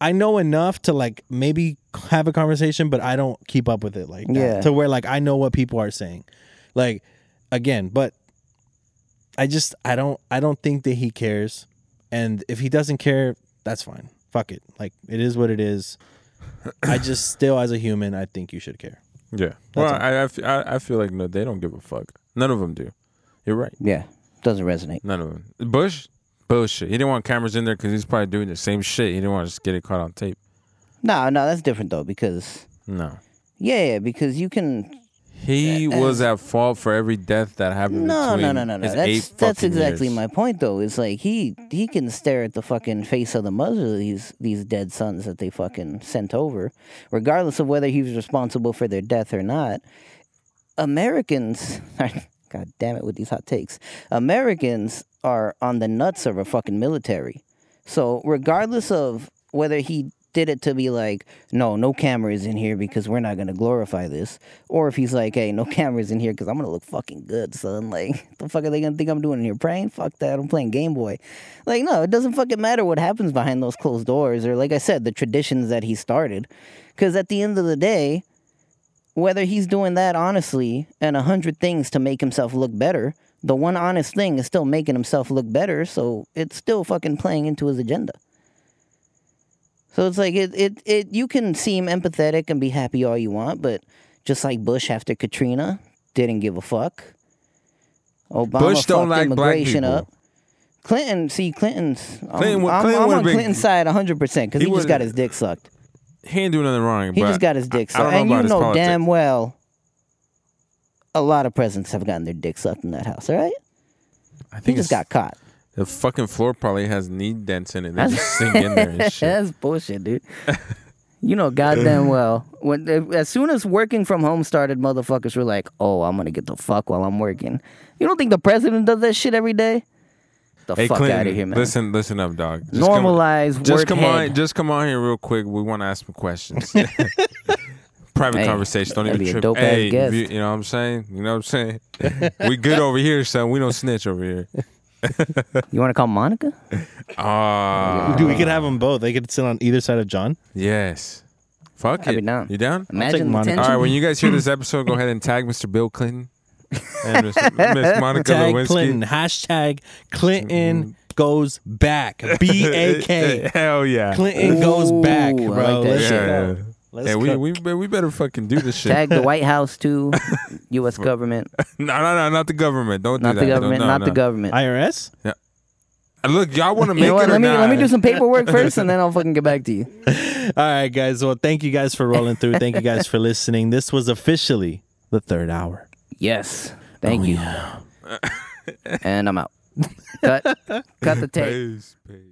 S1: i know enough to like maybe have a conversation but i don't keep up with it like that,
S3: Yeah.
S1: to where like i know what people are saying like again but i just i don't i don't think that he cares and if he doesn't care that's fine fuck it like it is what it is i just still as a human i think you should care
S2: yeah.
S1: all.
S2: Well, I, I f- I- I feel like no, they don't give a fuck. None of them do. You're right.
S3: Yeah, doesn't resonate.
S2: None of them. Bush, bullshit. He didn't want cameras in there because he's probably doing the same shit. He didn't want to just get it caught on tape.
S3: No, no, that's different though because,
S2: No.
S3: yeah, yeah, because you can
S2: He was at fault for every death that happened.
S3: No, no,
S2: between
S3: no, no, no.
S2: his
S3: That's
S2: eight
S3: that's
S2: fucking
S3: exactly
S2: years.
S3: my point, though. It's like he he can stare at the fucking face of the mother of these these dead sons that they fucking sent over, regardless of whether he was responsible for their death or not. Americans, god damn it, with these hot takes. Americans are on the nuts of a fucking military. So regardless of whether he did it to be like, no, no cameras in here because we're not gonna glorify this, or if he's like, hey, no cameras in here because I'm gonna look fucking good, son. Like, the fuck are they gonna think I'm doing in here? Praying? Fuck that. I'm playing Game Boy. Like, no, it doesn't fucking matter what happens behind those closed doors, or like I said, the traditions that he started, because at the end of the day. Whether he's doing that honestly and a hundred things to make himself look better, the one honest thing is still making himself look better, so it's still fucking playing into his agenda. So it's like it, it, it you can seem empathetic and be happy all you want, but just like Bush after Katrina, didn't give a fuck. Obama
S2: Bush don't like
S3: fucked
S2: black
S3: immigration
S2: people.
S3: up. Clinton, see Clinton's, I'm-
S2: Clinton would-
S3: I'm,
S2: Clinton
S3: I'm
S2: would've
S3: on
S2: been-
S3: Clinton's side 100% because
S2: he
S3: he, just got
S2: would've-
S3: his dick sucked.
S2: he ain't doing nothing wrong.
S3: He
S2: but
S3: just got his dick
S2: I- I
S3: sucked.
S2: don't know
S3: And you
S2: about his
S3: know
S2: politics.
S3: damn well a lot of presidents have gotten their dick sucked in that house, all right?
S2: I
S3: He
S2: think it's
S3: just got caught.
S2: the fucking floor probably has knee dents in it. They just sink in there and shit.
S3: That's bullshit, dude. You know goddamn well. When as soon as working from home started, motherfuckers were like, "Oh, I'm gonna get the fuck while I'm working." You don't think the president does that shit every day? The
S2: Hey
S3: fuck
S2: Clinton,
S3: out of here, man.
S2: listen, listen up, dog. Just come-
S3: Normalize work
S2: Just come on,
S3: head.
S2: just come on here real quick. We want to ask some questions. Private
S3: Hey,
S2: conversation. Don't
S3: that'd
S2: even
S3: be a
S2: trip.
S3: dope-ass
S2: Hey,
S3: guest.
S2: You, you know what I'm saying? You know what I'm saying? we good over here, son. We don't snitch over here.
S3: You want to call Monica?
S2: Ah,
S1: Dude, we could have them both. They could sit on either side of John.
S2: yes. Fuck
S3: I'd
S2: it.
S3: be down.
S2: You down?
S1: take
S3: Imagine the
S1: Monica.
S2: All right.
S3: tension.
S2: When you guys hear this episode, go ahead and tag Mr. Bill Clinton and Miss Miss Monica
S1: Tag
S2: Lewinsky.
S1: Clinton. Hashtag
S3: Mm-hmm.
S1: Clinton goes back. B A K.
S2: Hell yeah.
S1: Clinton goes
S3: Ooh,
S1: back,
S3: I
S1: bro.
S3: like that
S1: Let's
S2: Yeah,
S3: shit.
S2: yeah.
S1: go. Let's
S2: Hey, we,
S1: cook.
S2: we we better fucking do this shit.
S3: Tag the White House too. U.S. government,
S2: no, no, no, not the government. Don't
S3: not
S2: do that.
S3: the
S2: Don't-
S3: government,
S2: no,
S3: not
S2: no.
S3: the government.
S1: IRS.
S2: Look, y'all want to make
S3: you know
S2: it
S3: what?
S2: or
S3: Let me
S2: not?
S3: let me do some paperwork first, and then I'll fucking get back to you.
S1: All right, guys. Well, thank you guys for rolling through. Thank you guys for listening. This was officially the third hour.
S3: Yes.
S2: Oh,
S3: Thank you. and I'm out. Cut. Cut the tape.
S2: Peace, peace.